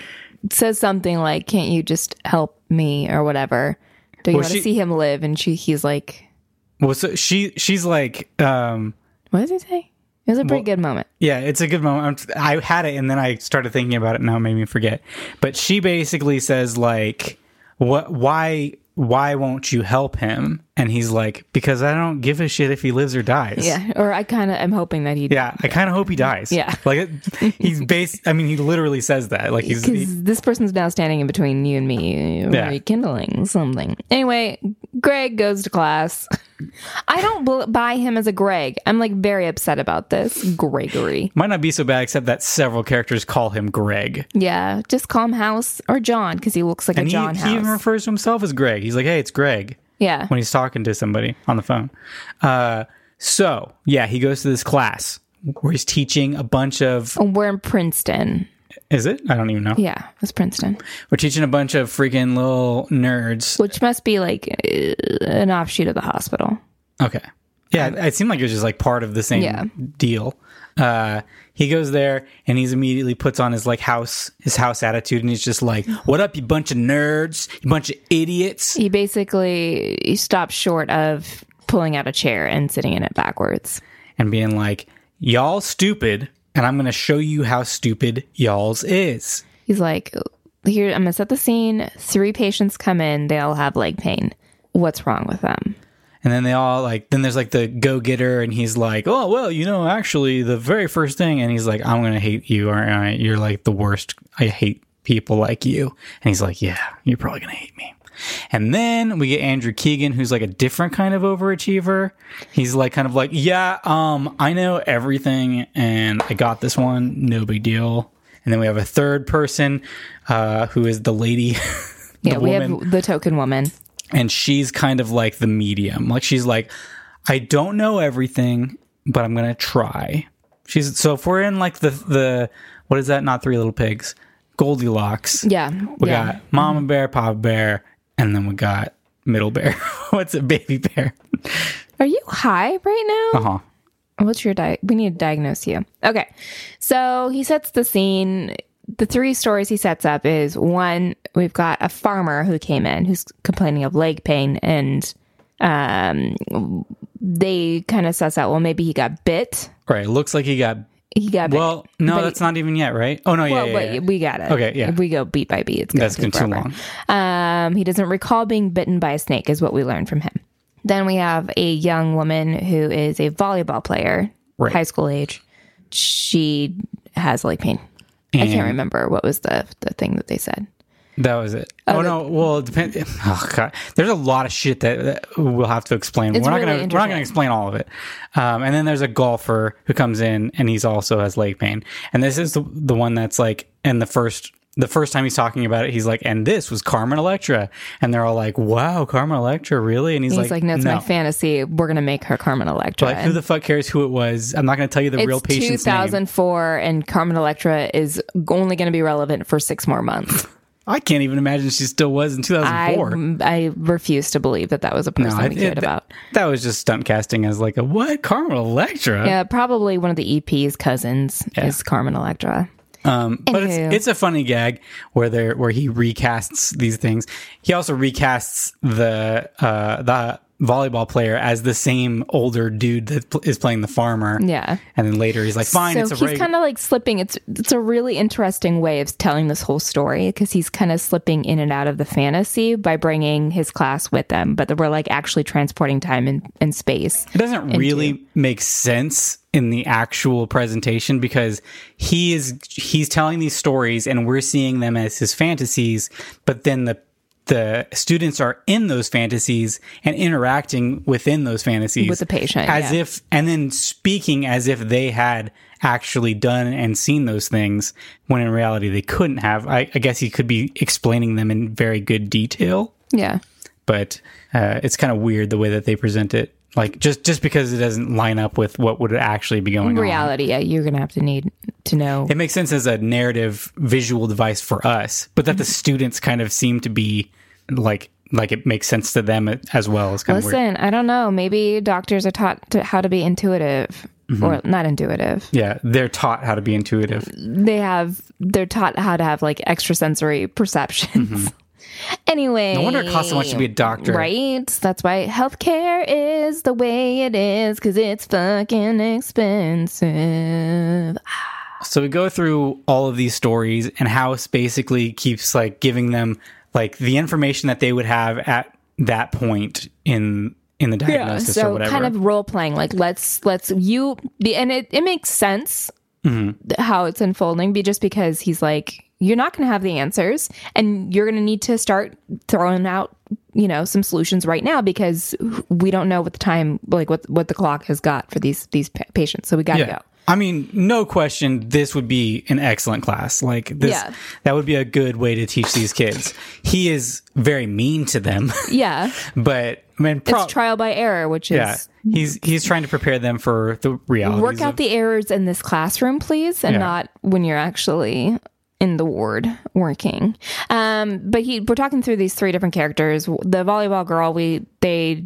A: says something like, "Can't you just help me or whatever? Do you
B: Well,
A: want
B: she-
A: to see him live?" And she he's like,
B: Well, so she she's like, um,
A: "What does he say?" It was a pretty good moment.
B: yeah, it's a good moment. I'm, I had it, and then I started thinking about it. Now it made me forget. But she basically says like, "What? Why?" Why won't you help him? And he's like, because I don't give a shit if he lives or dies.
A: Yeah, or I kind of am hoping that he
B: Yeah, I kind of hope he dies.
A: Yeah.
B: like it- he's based. I mean, he literally says that. Like he's
A: because
B: he-
A: this person's now standing in between you and me, uh,
B: Yeah.
A: rekindling something. Anyway, Greg goes to class. I don't bl- buy him as a Greg. I'm like very upset about this. Gregory.
B: might not be so bad, except that several characters call him Greg,
A: Yeah, just call him House or John because he looks like
B: and
A: a
B: he,
A: John
B: he
A: House.
B: even refers to himself as Greg. He's like, "Hey, it's Greg."
A: yeah.
B: when he's talking to somebody on the phone. Uh, so yeah, he goes to this class where he's teaching a bunch of.
A: We're in Princeton.
B: Is it? I don't even know.
A: Yeah, it's Princeton,
B: We're teaching a bunch of freaking little nerds.
A: which must be like uh, an offshoot of the hospital.
B: Okay. Yeah, it- it seemed like it was just like part of the same
A: Um, Yeah.
B: deal. Uh, he goes there and he's immediately puts on his like house his house attitude and he's just like, "What up, you bunch of nerds, you bunch of idiots."
A: He basically he stops short of pulling out a chair and sitting in it backwards.
B: and being like, "Y'all stupid, and I'm going to show you how stupid y'all's is."
A: He's like, here, I'm gonna set the scene. Three patients come in, they all have leg pain. What's wrong with them?
B: And then they all like, then there's like the go getter, and he's like, oh, well, you know, actually, the very first thing, and he's like, I'm going to hate you, aren't I? You're like the worst. I hate people like you. And he's like, yeah, you're probably going to hate me. And then we get Andrew Keegan, who's like a different kind of overachiever. He's like kind of like, yeah, um, I know everything and I got this one, no big deal. And then we have a third person, uh, who is the lady. the
A: Yeah, we
B: woman
A: have the token woman.
B: and she's kind of like the medium. Like she's like, I don't know everything, but I'm gonna try. She's so if we're in like the the what is that? Not Three Little Pigs, Goldilocks.
A: Yeah.
B: we
A: yeah. Mm-hmm.
B: got Mama Bear, Papa Bear, and then we got Middle Bear. What's it, Baby Bear?
A: Are you high right now?
B: Uh huh.
A: What's your di- we need to diagnose you. Okay. So he sets the scene. The three stories he sets up is one, we've got a farmer who came in who's complaining of leg pain and um they kind of suss out, well, maybe he got bit.
B: All right. Looks like he got.
A: He got bit.
B: Well, no,
A: But-
B: that's not even yet, right? Oh no, yeah,
A: well,
B: yeah,
A: but
B: yeah.
A: we got it.
B: Okay, yeah.
A: If we go beat by beat, it's gonna
B: That's
A: take
B: gonna be too
A: forever. Um, he doesn't recall being bitten by a snake, is what we learned from him. Then we have a young woman who is a volleyball player,
B: Right.
A: high school age. She has leg pain. I
B: And-
A: can't remember what was the the thing that they said.
B: That was it. Oh, no. Well, it depends. Oh god, there's a lot of shit that, that we'll have to explain.
A: It's
B: we're not
A: really
B: gonna we're not
A: interesting.
B: gonna explain all of it. Um, and then there's a golfer who comes in and he's also has leg pain. And this is the the one that's like in the first the first time he's talking about it, he's like, and this was Carmen Electra, and they're all like, wow, Carmen Electra, really? And he's,
A: He's
B: like,
A: like, "No, it's my fantasy. We're gonna make her Carmen Electra."
B: Like, who the fuck cares who it was? I'm not gonna tell you the
A: it's
B: real patient's name.
A: 2004, and Carmen Electra is only going to be relevant for six more months.
B: I can't even imagine she still was in
A: I,
B: 2004.
A: I refuse to believe that that was a person
B: I-
A: we
B: it-
A: cared about.
B: That was just stunt casting as like a what? Carmen Electra?
A: Yeah, probably one of the EP's cousins is Carmen Electra.
B: But it's,
A: Anywho.
B: it's a funny gag where there where he recasts these things. He also recasts the uh, the volleyball player as the same older dude that pl- is playing the farmer.
A: Yeah.
B: and then later he's like, "Fine,
A: so
B: it's a
A: he's
B: reg-
A: kind of like slipping. It's it's a really interesting way of telling this whole story because he's kind of slipping in and out of the fantasy by bringing his class with them, but we're like actually transporting time and, and space.
B: It doesn't really make sense in the actual presentation because he is he's telling these stories and we're seeing them as his fantasies, but then the the students are in those fantasies and interacting within those fantasies
A: With the patient,
B: as
A: yeah.
B: if and then speaking as if they had actually done and seen those things when in reality they couldn't have i, I guess he could be explaining them in very good detail
A: Yeah,
B: but uh, it's kind of weird the way that they present it. Like just just because it doesn't line up with what would actually be going
A: in
B: on.
A: reality, yeah, you're gonna have to need to know.
B: It makes sense as a narrative visual device for us, but that the students kind of seem to be like like it makes sense to them as well. It's kind of weird.
A: Listen, I don't know. Maybe doctors are taught to how to be intuitive,
B: Mm-hmm.
A: or not intuitive.
B: Yeah, they're taught how to be intuitive.
A: they have they're taught how to have like extrasensory perceptions. anyway,
B: Mm-hmm. No wonder it costs so much to be a doctor.
A: right? That's why healthcare is the way it is because it's fucking expensive.
B: So we go through all of these stories and House basically keeps like giving them like the information that they would have at that point in in the diagnosis or
A: so
B: whatever.
A: kind of role playing, like let's let's you be, and it it makes sense
B: Mm-hmm.
A: th- how it's unfolding, be just because he's like you're not going to have the answers, and you're going to need to start throwing out you know some solutions right now because we don't know what the time like what what the clock has got for these these pa- patients, so we got to go.
B: I mean, no question, this would be an excellent class. Like this,
A: Yeah.
B: that would be a good way to teach these kids. He is very mean to them,
A: Yeah,
B: but I mean, pro-
A: it's trial by error, which is.
B: yeah, he's he's trying to prepare them for the reality.
A: Work out the errors in this classroom, please, and
B: Yeah.
A: not when you're actually in the ward working. Um, but he, we're talking through these three different characters. The volleyball girl, we they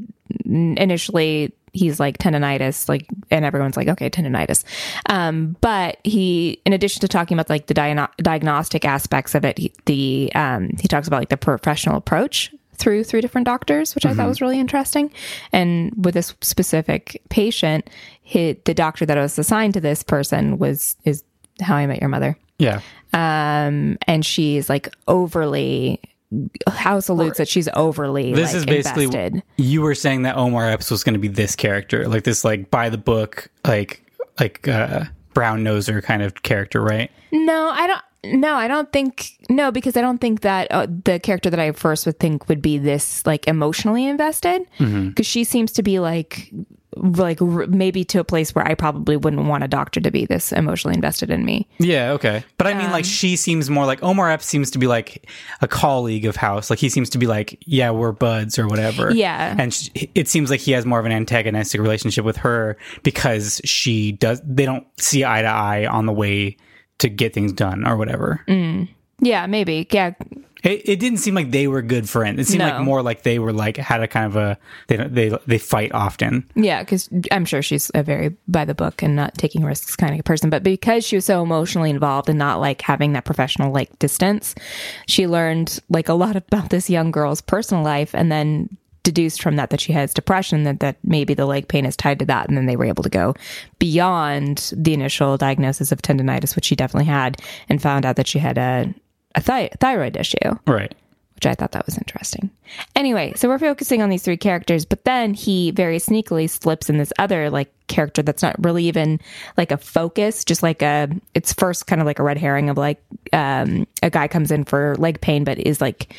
A: initially he's like tendonitis, like, and everyone's like, okay, tendonitis. Um, but he, in addition to talking about like the diano- diagnostic aspects of it, he, the um, he talks about like the professional approach through three different doctors, which
B: Mm-hmm.
A: I thought was really interesting. And with this specific patient, he, the doctor that was assigned to this person was is how I met your mother
B: yeah,
A: um, and she's like overly house alludes that she's overly
B: this
A: like,
B: is basically
A: invested.
B: you were saying that Omar Epps was going to be this character, like this, like by the book, like like uh, brown noser kind of character, right?
A: No, I don't. No, I don't think no because I don't think that uh, the character that I first would think would be this like emotionally invested because she seems to be like like r- maybe to a place where I probably wouldn't want a doctor to be this emotionally invested in me.
B: Yeah, okay. But I mean,
A: Um,
B: like, she seems more like Omar Epps seems to be like a colleague of House. Like, he seems to be like, yeah, we're buds or whatever.
A: Yeah.
B: And sh it seems like he has more of an antagonistic relationship with her because she does, they don't see eye to eye on the way to get things done or whatever.
A: Mm. Yeah, maybe. Yeah,
B: It, it didn't seem like they were good friends. It seemed
A: No.
B: like more like they were like, had a kind of a, they, they, they fight often.
A: Yeah, because I'm sure she's a very by the book and not taking risks kind of person. But because she was so emotionally involved and not like having that professional like distance, she learned like a lot about this young girl's personal life and then deduced from that that she has depression that that maybe the leg pain is tied to that and then they were able to go beyond the initial diagnosis of tendonitis which she definitely had and found out that she had a, a thi- thyroid issue
B: Right.
A: which I thought that was interesting. Anyway, so we're focusing on these three characters, but then he very sneakily slips in this other like character that's not really even like a focus, just like a it's first kind of like a red herring of like um a guy comes in for leg pain but is like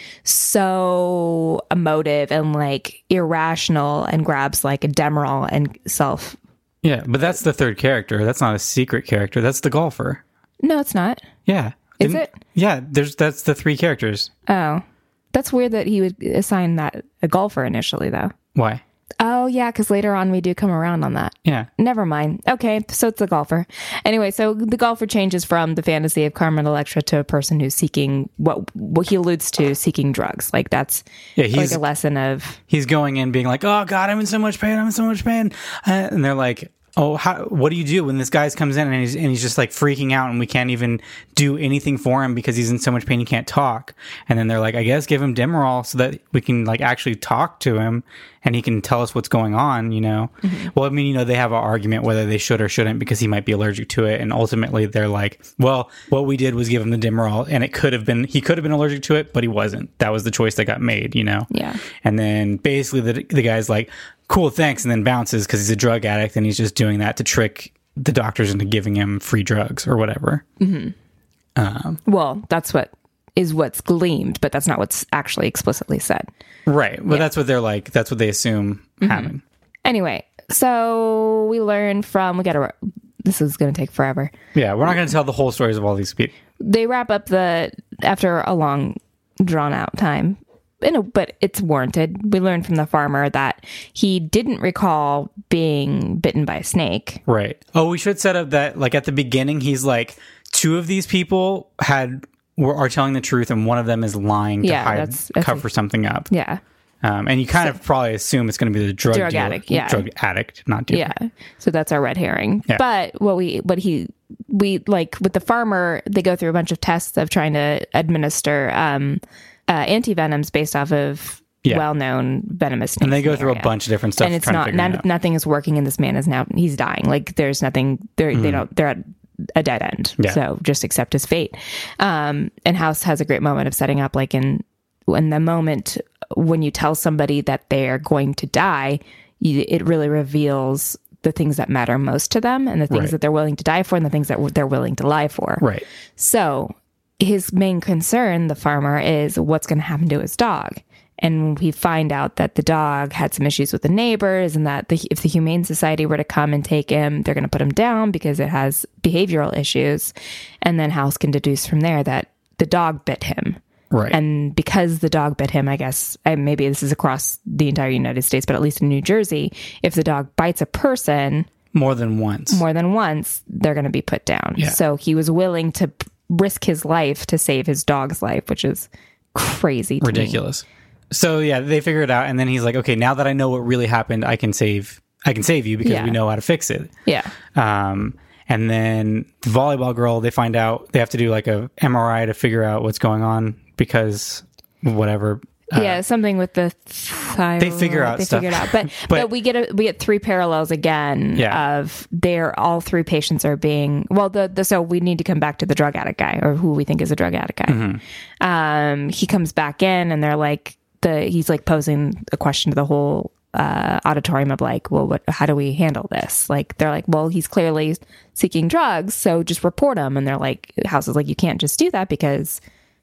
A: so emotive and like irrational and grabs like a Demerol and self.
B: Yeah. But that's the third character. That's not a secret character. That's the golfer.
A: No, it's not.
B: Yeah.
A: Is
B: Didn't-
A: it?
B: Yeah, there's that's the three characters.
A: That's weird that he would assign that a golfer initially though.
B: Why?
A: Oh yeah, cuz later on we do come around on that.
B: Yeah.
A: Never mind. Okay, so it's the golfer. Anyway, so the golfer changes from the fantasy of Carmen Electra to a person who's seeking what what he alludes to seeking drugs. Like that's
B: Yeah, he's-
A: like a lesson of
B: He's going in being like, "Oh god, I'm in so much pain. I'm in so much pain." Uh, and they're like, "Oh, how, what do you do when this guy comes in and he's and he's just like freaking out and we can't even do anything for him because he's in so much pain he can't talk." And then they're like, "I guess give him Demerol so that we can like actually talk to him and he can tell us what's going on, you know." Well, I mean, you know, they have an argument whether they should or shouldn't because he might be allergic to it and ultimately they're like, "Well, what we did was give him the Demerol and it could have been he could have been allergic to it, but he wasn't. That was the choice that got made, you know."
A: Yeah.
B: And then basically the, the guy's like, cool, thanks. And then bounces because he's a drug addict and he's just doing that to trick the doctors into giving him free drugs or whatever.
A: well, that's what is what's gleamed, but that's not what's actually explicitly said.
B: Right. Well, that's what they're like. That's what they assume
A: Mm-hmm.
B: happened.
A: Anyway, so we learn from we got to this is going to take forever.
B: Yeah. We're not going to tell the whole stories of all these people.
A: They wrap up the after a long drawn out time. You know, but it's warranted. We learned from the farmer that he didn't recall being bitten by a snake.
B: Right. Oh, we should set up that like at the beginning, he's like, two of these people had were are telling the truth and one of them is lying to
A: Yeah,
B: hide
A: that's- that's-
B: cover something up.
A: Yeah.
B: Um, and you kind of probably assume it's going to be the drug,
A: Drug
B: dealer-
A: addict, yeah.
B: drug addict, not dealer.
A: Yeah. So that's our red herring.
B: Yeah.
A: But what we what he we like with the farmer, they go through a bunch of tests of trying to administer um uh anti venoms based off of
B: Yeah.
A: well known venomous snakes.
B: And they
A: in
B: go
A: the
B: through a
A: area.
B: bunch of different stuff.
A: and it's
B: trying to
A: not
B: figure it
A: none,
B: out.
A: nothing is working and this man is now he's dying like there's nothing they're, they don't they're at a dead end
B: Mm-hmm. Yeah.
A: so just accept his fate um and house has a great moment of setting up like in in the moment when you tell somebody that they're going to die you, it really reveals the things that matter most to them and the things
B: Right.
A: that they're willing to die for and the things that they're willing to lie for
B: Right.
A: so his main concern, the farmer, is what's going to happen to his dog. And we find out that the dog had some issues with the neighbors, and that the, if the Humane Society were to come and take him, they're going to put him down because it has behavioral issues. And then House can deduce from there that the dog bit him.
B: Right.
A: And because the dog bit him, I guess, and maybe this is across the entire United States, but at least in New Jersey, if the dog bites a person,
B: more than once.
A: more than once, they're going to be put down.
B: Yeah.
A: So he was willing to p- risk his life to save his dog's life, which is crazy. to me.
B: Ridiculous. So yeah, they figure it out and then he's like, "Okay, now that I know what really happened, I can save I can save you because
A: Yeah.
B: we know how to fix it."
A: Yeah.
B: Um and then the volleyball girl, they find out they have to do like a MRI to figure out what's going on because whatever.
A: yeah. Something with the thyroid.
B: Uh, They figure out
A: They
B: stuff.
A: figure it out. But,
B: But-
A: but, we get a, we get three parallels again
B: Yeah.
A: of they're all three patients are being, well, the, the, so we need to come back to the drug addict guy or who we think is a drug addict guy.
B: Mm-hmm.
A: Um, he comes back in and they're like, the, he's like posing a question to the whole uh, auditorium of like, well, what? How do we handle this? Like, they're like, well, he's clearly seeking drugs, so just report him. And they're like, House is like, you can't just do that because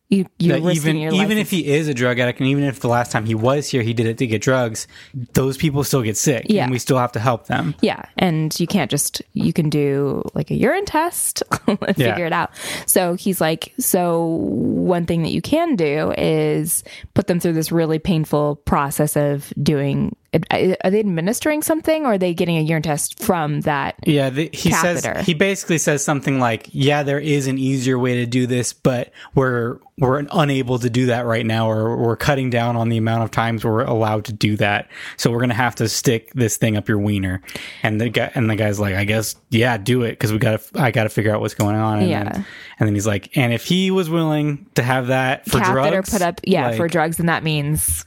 A: you you're
B: That
A: risking
B: even
A: your
B: even
A: life.
B: if he is a drug addict, and even if the last time he was here he did it to get drugs, those people still get sick,
A: Yeah.
B: and we still have to help them.
A: Yeah, and you can't just you can do like a urine test and
B: Yeah.
A: figure it out. So he's like, so one thing that you can do is put them through this really painful process of doing. uh, Are they administering something, or are they getting a urine test from that?
B: Yeah, the, he
A: Catheter.
B: says he basically says something like, "Yeah, there is an easier way to do this, but we're we're unable to do that right now, or we're cutting down on the amount of times we're allowed to do that. So we're gonna have to stick this thing up your wiener." And the guy and the guy's like, "I guess, yeah, do it because we got to I got to figure out what's going on." And
A: Yeah.
B: then, and then he's like, "And if he was willing to have that for
A: catheter
B: drugs,
A: put up yeah for
B: like-
A: drugs and that means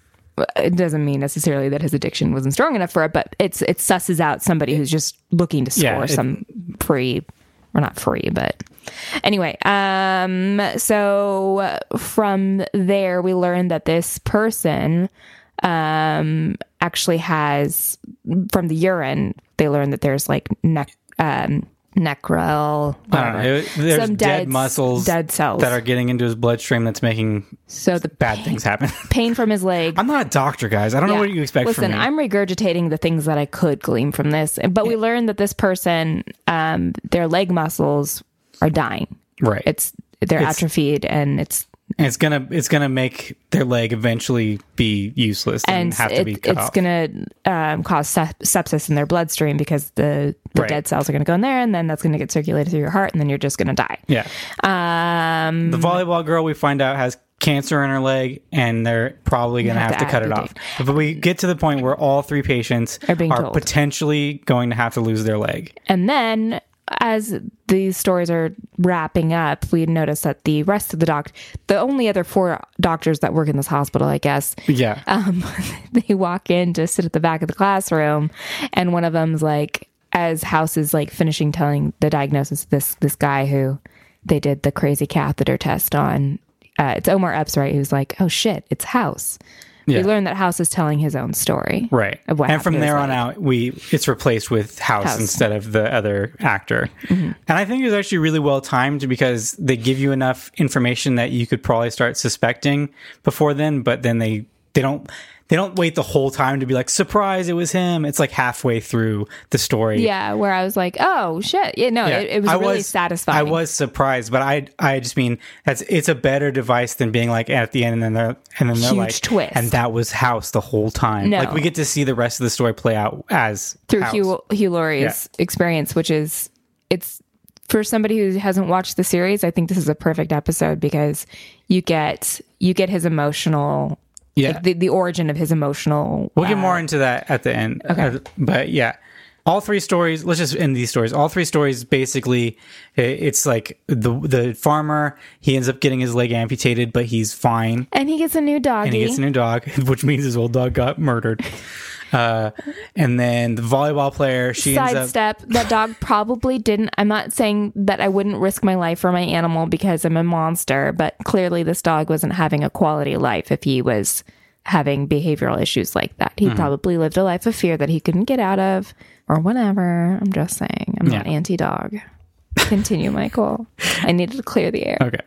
A: it doesn't mean necessarily that his addiction wasn't strong enough for it but it's it susses out somebody who's just looking to score
B: Yeah, it-
A: some free or not free but anyway um so from there we learned that this person um actually has from the urine they learned that there's like nec um necrol
B: I don't know. It- there's
A: Some
B: dead,
A: dead-
B: muscles,
A: dead cells.
B: that are getting into his bloodstream. That's making
A: so the
B: bad things happen.
A: pain from his leg
B: I'm not a doctor, guys. I don't know
A: Yeah.
B: what you expect
A: Listen,
B: from me.
A: I'm regurgitating the things that I could glean from this, but we learned that this person, um, their leg muscles are dying.
B: right. It's
A: It's they're atrophied, and it's
B: it's gonna it's gonna make their leg eventually be useless and,
A: and
B: have to
A: it-
B: be cut
A: it's
B: off.
A: gonna um, cause sep- sepsis in their bloodstream because the, the
B: Right.
A: dead cells are gonna go in there, and then that's gonna get circulated through your heart, and then you're just gonna die.
B: yeah.
A: Um,
B: The volleyball girl we find out has cancer in her leg, and they're probably gonna
A: Have
B: have,
A: to
B: to, cut it off.
A: amputate.
B: But we get to the point where all three patients
A: Are being told.
B: potentially going to have to lose their leg.
A: And then as these stories are wrapping up, we notice that the rest of the doc, the only other four doctors that work in this hospital, I guess,
B: Yeah.
A: um, they walk in to sit at the back of the classroom, and one of them's like, as House is like finishing telling the diagnosis, this this guy who they did the crazy catheter test on, uh, it's Omar Epps, right? Who's like, oh shit, it's House.
B: Yeah.
A: We learn that House is telling his own story,
B: Right.
A: Of what
B: and from
A: happened to his
B: there on
A: leg.
B: out, we it's replaced with House,
A: House. Mm-hmm.
B: instead of the other actor. And I think it was actually really well timed because they give you enough information that you could probably start suspecting before then, but then they they don't they don't wait the whole time to be like surprise it was him. It's like halfway through the story.
A: Yeah, where I was like, oh shit, yeah, no,
B: Yeah.
A: it, it was
B: I
A: really satisfying.
B: I was surprised, but I I just mean that's it's a better device than being like at the end and then they're and then they're
A: Huge
B: like
A: twist.
B: and that was House the whole time.
A: No.
B: Like we get to see the rest of the story play out as
A: through
B: House.
A: Hugh, Hugh Laurie's experience, which is it's for somebody who hasn't watched the series. I think this is a perfect episode because you get you get his emotional,
B: Yeah.
A: like the, uh, the origin of his emotional.
B: We'll get more into that at the end. Okay. But yeah, all three stories. Let's just end these stories. All three stories basically, i- it's like the the farmer. He ends up getting his leg amputated, but he's fine,
A: And he gets a new doggy.
B: and he gets a new dog, which means his old dog got murdered. Uh, and then the volleyball player, she ends up.
A: sidestep. That dog probably didn't. I'm not saying that I wouldn't risk my life for my animal because I'm a monster, but clearly this dog wasn't having a quality life if he was having behavioral issues like that.
B: Mm-hmm.
A: He probably lived a life of fear that he couldn't get out of or whatever. I'm just saying. I'm not
B: Yeah.
A: anti dog. Continue, Michael. I needed to clear the air.
B: Okay.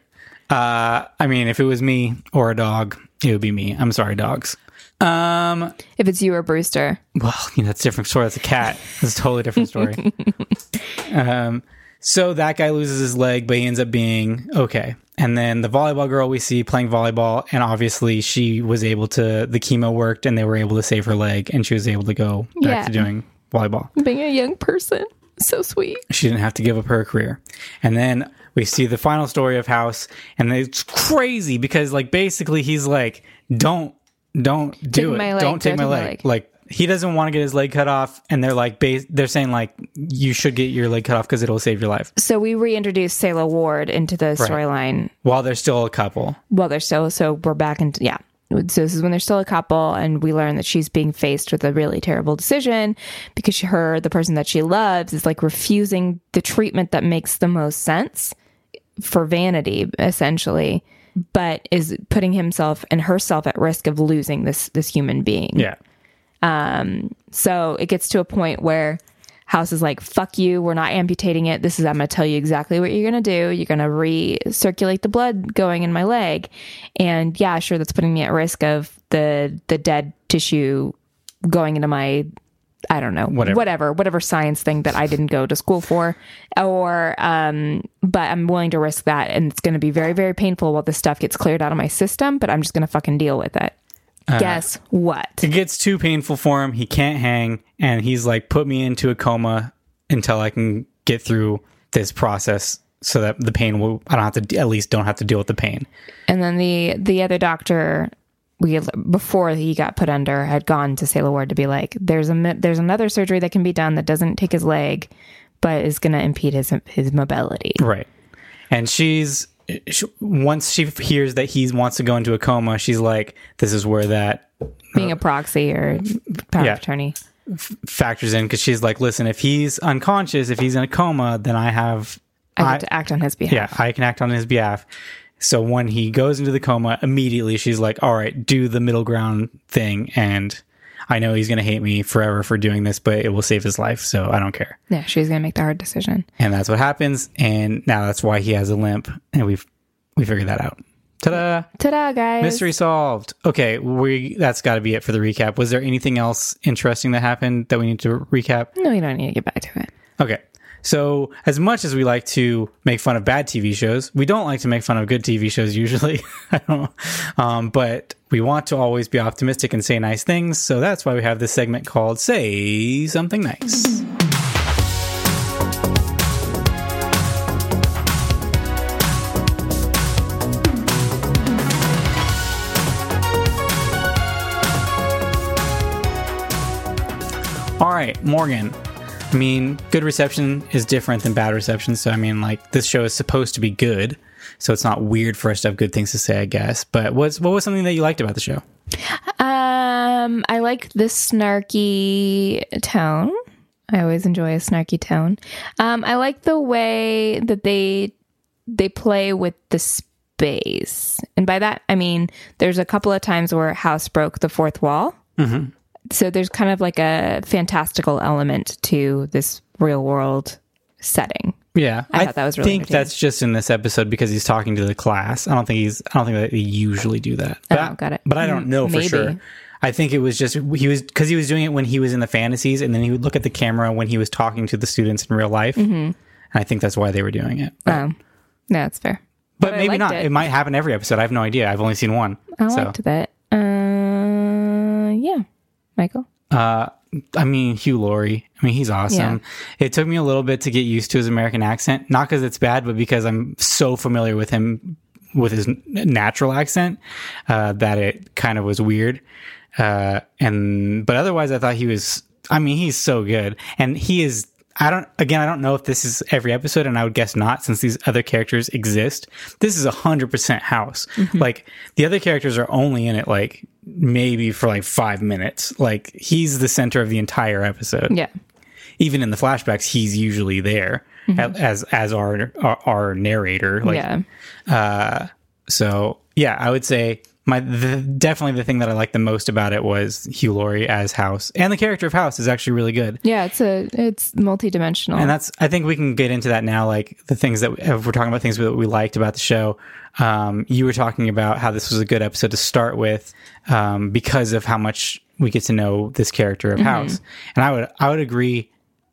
B: Uh, I mean, if it was me or a dog, it would be me. I'm sorry, dogs. Um,
A: If it's you or Brewster,
B: Well, you know, that's a different story. That's a cat. That's a totally different story. um, so that guy loses his leg, but he ends up being okay. And then the volleyball girl we see playing volleyball, and obviously she was able to, the chemo worked and they were able to save her leg and she was able to go
A: Yeah.
B: back to doing volleyball.
A: being a young person, so sweet.
B: She didn't have to give up her career. And then we see the final story of House, and it's crazy because, like, basically he's like, don't, don't do it.
A: my leg,
B: don't take my leg. Like, he doesn't want to get his leg cut off, and they're like, bas- they're saying like, you should get your leg cut off because it'll save your life.
A: So we reintroduced Selah Ward into the storyline
B: While they're still a couple,
A: well they're still so we're back into yeah so this is when they're still a couple and we learn that she's being faced with a really terrible decision because she, her the person that she loves is like refusing the treatment that makes the most sense for vanity essentially but is putting himself and herself at risk of losing this this human being
B: yeah.
A: Um, so it gets to a point where House is like, fuck you, we're not amputating it. This is, I'm going to tell you exactly what you're going to do. You're going to recirculate the blood going in my leg. And yeah, sure, that's putting me at risk of the, the dead tissue going into my, I don't know,
B: Whatever.
A: whatever, whatever science thing that I didn't go to school for. Or, um, but I'm willing to risk that. And it's going to be very, very painful while this stuff gets cleared out of my system, but I'm just going to fucking deal with it. Guess what?
B: It gets too painful for him. He can't hang, and he's like, "Put me into a coma until I can get through this process, so that the pain will. I don't have to. At least don't have to deal with the pain."
A: And then the the other doctor, we before he got put under, had gone to Sailor Ward to be like, "There's a mi- there's another surgery that can be done that doesn't take his leg, but is going to impede his his mobility."
B: Right. And she's she, once she hears that he wants to go into a coma, she's like, "This is where that
A: Being a proxy or power
B: Yeah.
A: of attorney,
B: factors in." Because she's like, "Listen, if he's unconscious, if he's in a coma, then I have
A: I, have to act on his behalf.
B: Yeah, I can act on his behalf. So when he goes into the coma, immediately she's like, "All right, do the middle ground thing." And I know he's going to hate me forever for doing this, but it will save his life, so I don't care.
A: Yeah, she's going to make the hard decision.
B: And that's what happens. And now that's why he has a limp, and we've we figured that out. Ta-da!
A: Ta-da, guys!
B: Mystery solved. Okay, we that's got to be it for the recap. Was there anything else interesting that happened that we need to recap?
A: No, you don't need to get back to it.
B: Okay. So, as much as we like to make fun of bad TV shows, we don't like to make fun of good TV shows usually. I don't know. Um, but we want to always be optimistic and say nice things. So, that's why we have this segment called Say Something Nice. All right, Morgan. I mean, good reception is different than bad reception. So, I mean, like, this show is supposed to be good. So, it's not weird for us to have good things to say, I guess. But what's, what was something that you liked about the show?
A: Um, I like the snarky tone. I always enjoy a snarky tone. Um, I like the way that they they play with the space, and by that I mean there's a couple of times where House broke the fourth wall.
B: Mm-hmm.
A: So there's kind of like a fantastical element to this real world setting.
B: Yeah,
A: I thought that was really
B: think
A: entertaining.
B: that's just in this episode because he's talking to the class. I don't think he's. I don't think that they usually do that. But I-
A: Oh, got it.
B: But I don't
A: Mm,
B: know for
A: maybe.
B: sure. I think it was just he was because he was doing it when he was in the fantasies, and then he would look at the camera when he was talking to the students in real life.
A: Mm-hmm.
B: And I think that's why they were doing it. But,
A: Um, no, that's fair.
B: but
A: I
B: maybe
A: liked
B: not. It.
A: it.
B: might happen every episode. I have no idea. I've only seen one.
A: I
B: so
A: liked that. Uh, yeah, Michael.
B: I mean, Hugh Laurie. I mean, he's awesome. It took me a little bit to get used to his American accent, not because it's bad, but because I'm so familiar with him with his n- natural accent uh, that it kind of was weird. Uh, and but otherwise, I thought he was. I mean, he's so good, and he is. I don't. Again, I don't know if this is every episode, and I would guess not, since these other characters exist. This is hundred percent House. Like the other characters are only in it like maybe for like five minutes. Like he's the center of the entire episode
A: Yeah.
B: even in the flashbacks, he's usually there a- as as our, our our narrator. Like,
A: yeah.
B: So yeah, I would say my the, definitely the thing that I liked the most about it was Hugh Laurie as House, and the character of House is actually really good.
A: Yeah, it's a it's multidimensional.
B: And that's I think we can get into that now. Like the things that if we're talking about things that we liked about the show. Um, you were talking about how this was a good episode to start with um, because of how much we get to know this character of House, and I would I would agree.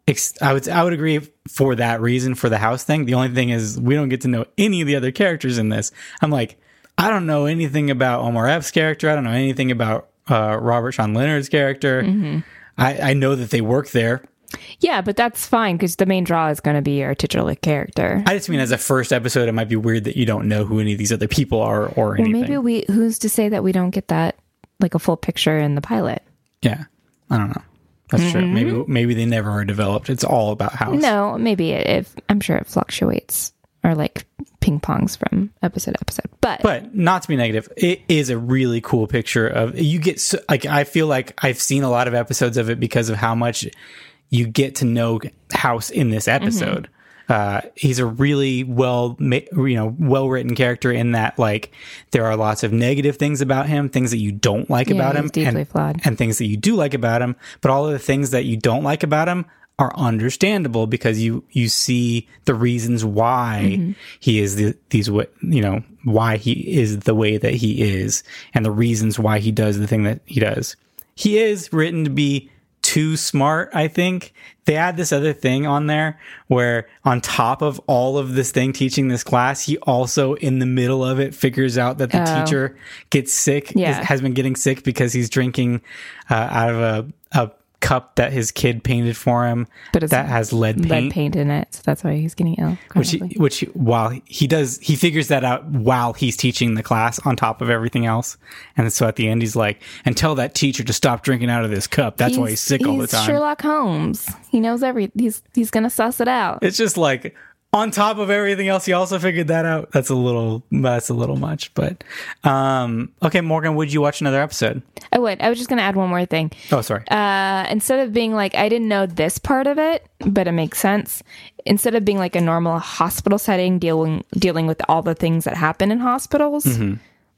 B: Ex- I would I would agree for that reason for the House thing. The only thing is we don't get to know any of the other characters in this. I'm like I don't know anything about Omar F's character. I don't know anything about uh, Robert Sean Leonard's character. I, I know that they work there,
A: yeah, but that's fine because the main draw is going to be our titular character.
B: I just mean as a first episode, it might be weird that you don't know who any of these other people are or
A: well,
B: anything.
A: maybe we who's to say that we don't get that like a full picture in the pilot?
B: yeah, I don't know. That's true. Maybe maybe they never are developed. It's all about house.
A: Mm-hmm. No, maybe it, if I'm sure it fluctuates or like ping pongs from episode to episode. But,
B: But not to be negative, it is a really cool picture of you get so, like I feel like I've seen a
A: Mm-hmm.
B: lot of episodes of it because of how much you get to know House in this episode. Uh, he's a really well, ma- you know, well written character in that like there are lots of negative things about him, things that you don't like
A: Yeah,
B: about
A: he's
B: him,
A: deeply
B: and,
A: flawed.
B: and things that you do like about him. But all of the things that you don't like about him are understandable because you you see the reasons why he is the, these wa- you know why he is the way that he is and the reasons why he does the thing that he does. He is written to be too smart, I think. They add this other thing on there where on top of all of this thing teaching this class, he also in the middle of it figures out that the teacher gets sick,
A: Yeah.
B: is- has been getting sick because he's drinking uh, out of a, a cup that his kid painted for him
A: But it's
B: that has lead paint.
A: lead paint in it, so that's why he's getting ill.
B: Which, he,
A: chronically.
B: which he- while he does, he figures that out while he's teaching the class on top of everything else. And so at the end, he's like, and tell that teacher to stop drinking out of this cup. That's why he's sick all the
A: he's
B: time.
A: Sherlock Holmes. He knows every. He's he's gonna suss it out.
B: it's just like on top of everything else he also figured that out that's a little that's a little much but um okay morgan would you watch another episode
A: I would. I was just gonna add one more thing.
B: oh sorry
A: Uh, instead of being like, I didn't know this part of it, but it makes sense. Instead of being like a normal hospital setting, dealing dealing with all the things that happen in hospitals,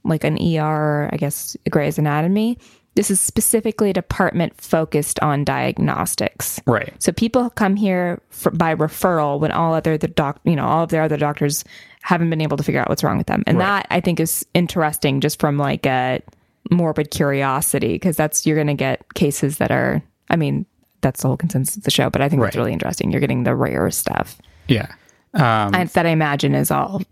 A: like an ER, or I guess Grey's Anatomy. This is specifically a department focused on diagnostics.
B: right
A: So people come here for, by referral when all other the doc, you know, all of their other doctors haven't been able to figure out what's wrong with them, and that I think is interesting, just from like a morbid curiosity, because that's you're going to get cases that are, I mean, that's the whole consensus of the show, but I think that's
B: Right.
A: really interesting. You're getting the rare stuff
B: yeah
A: and that I imagine is all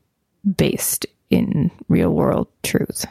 A: based in real world truth.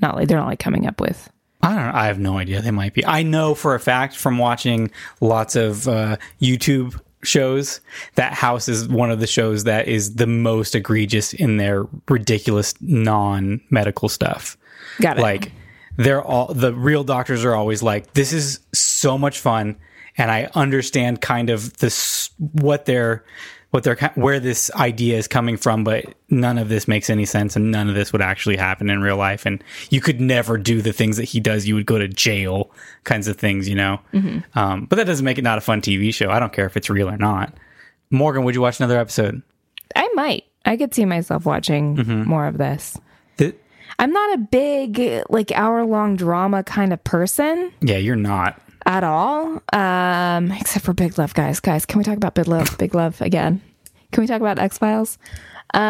A: Not like they're not like coming up with
B: I don't know. I have no idea. They might be. I know for a fact from watching lots of uh, YouTube shows that House is one of the shows that is the most egregious in their ridiculous non medical stuff.
A: Got it.
B: Like, they're all the real doctors are always like, this is so much fun. And I understand kind of this, what they're, what they're, ki- where this idea is coming from, but none of this makes any sense and none of this would actually happen in real life. And you could never do the things that he does. You would go to jail kinds of things, you know? Um, but that doesn't make it not a fun TV show. I don't care if it's real or not. Morgan, would you watch another episode?
A: I might. I could see myself watching more of this.
B: Th-
A: I'm not a big like hour long drama kind of person
B: yeah, you're not.
A: at all. Um, except for Big Love, guys. Guys, can we talk about Big Love? Big Love again? Can we talk about X Files?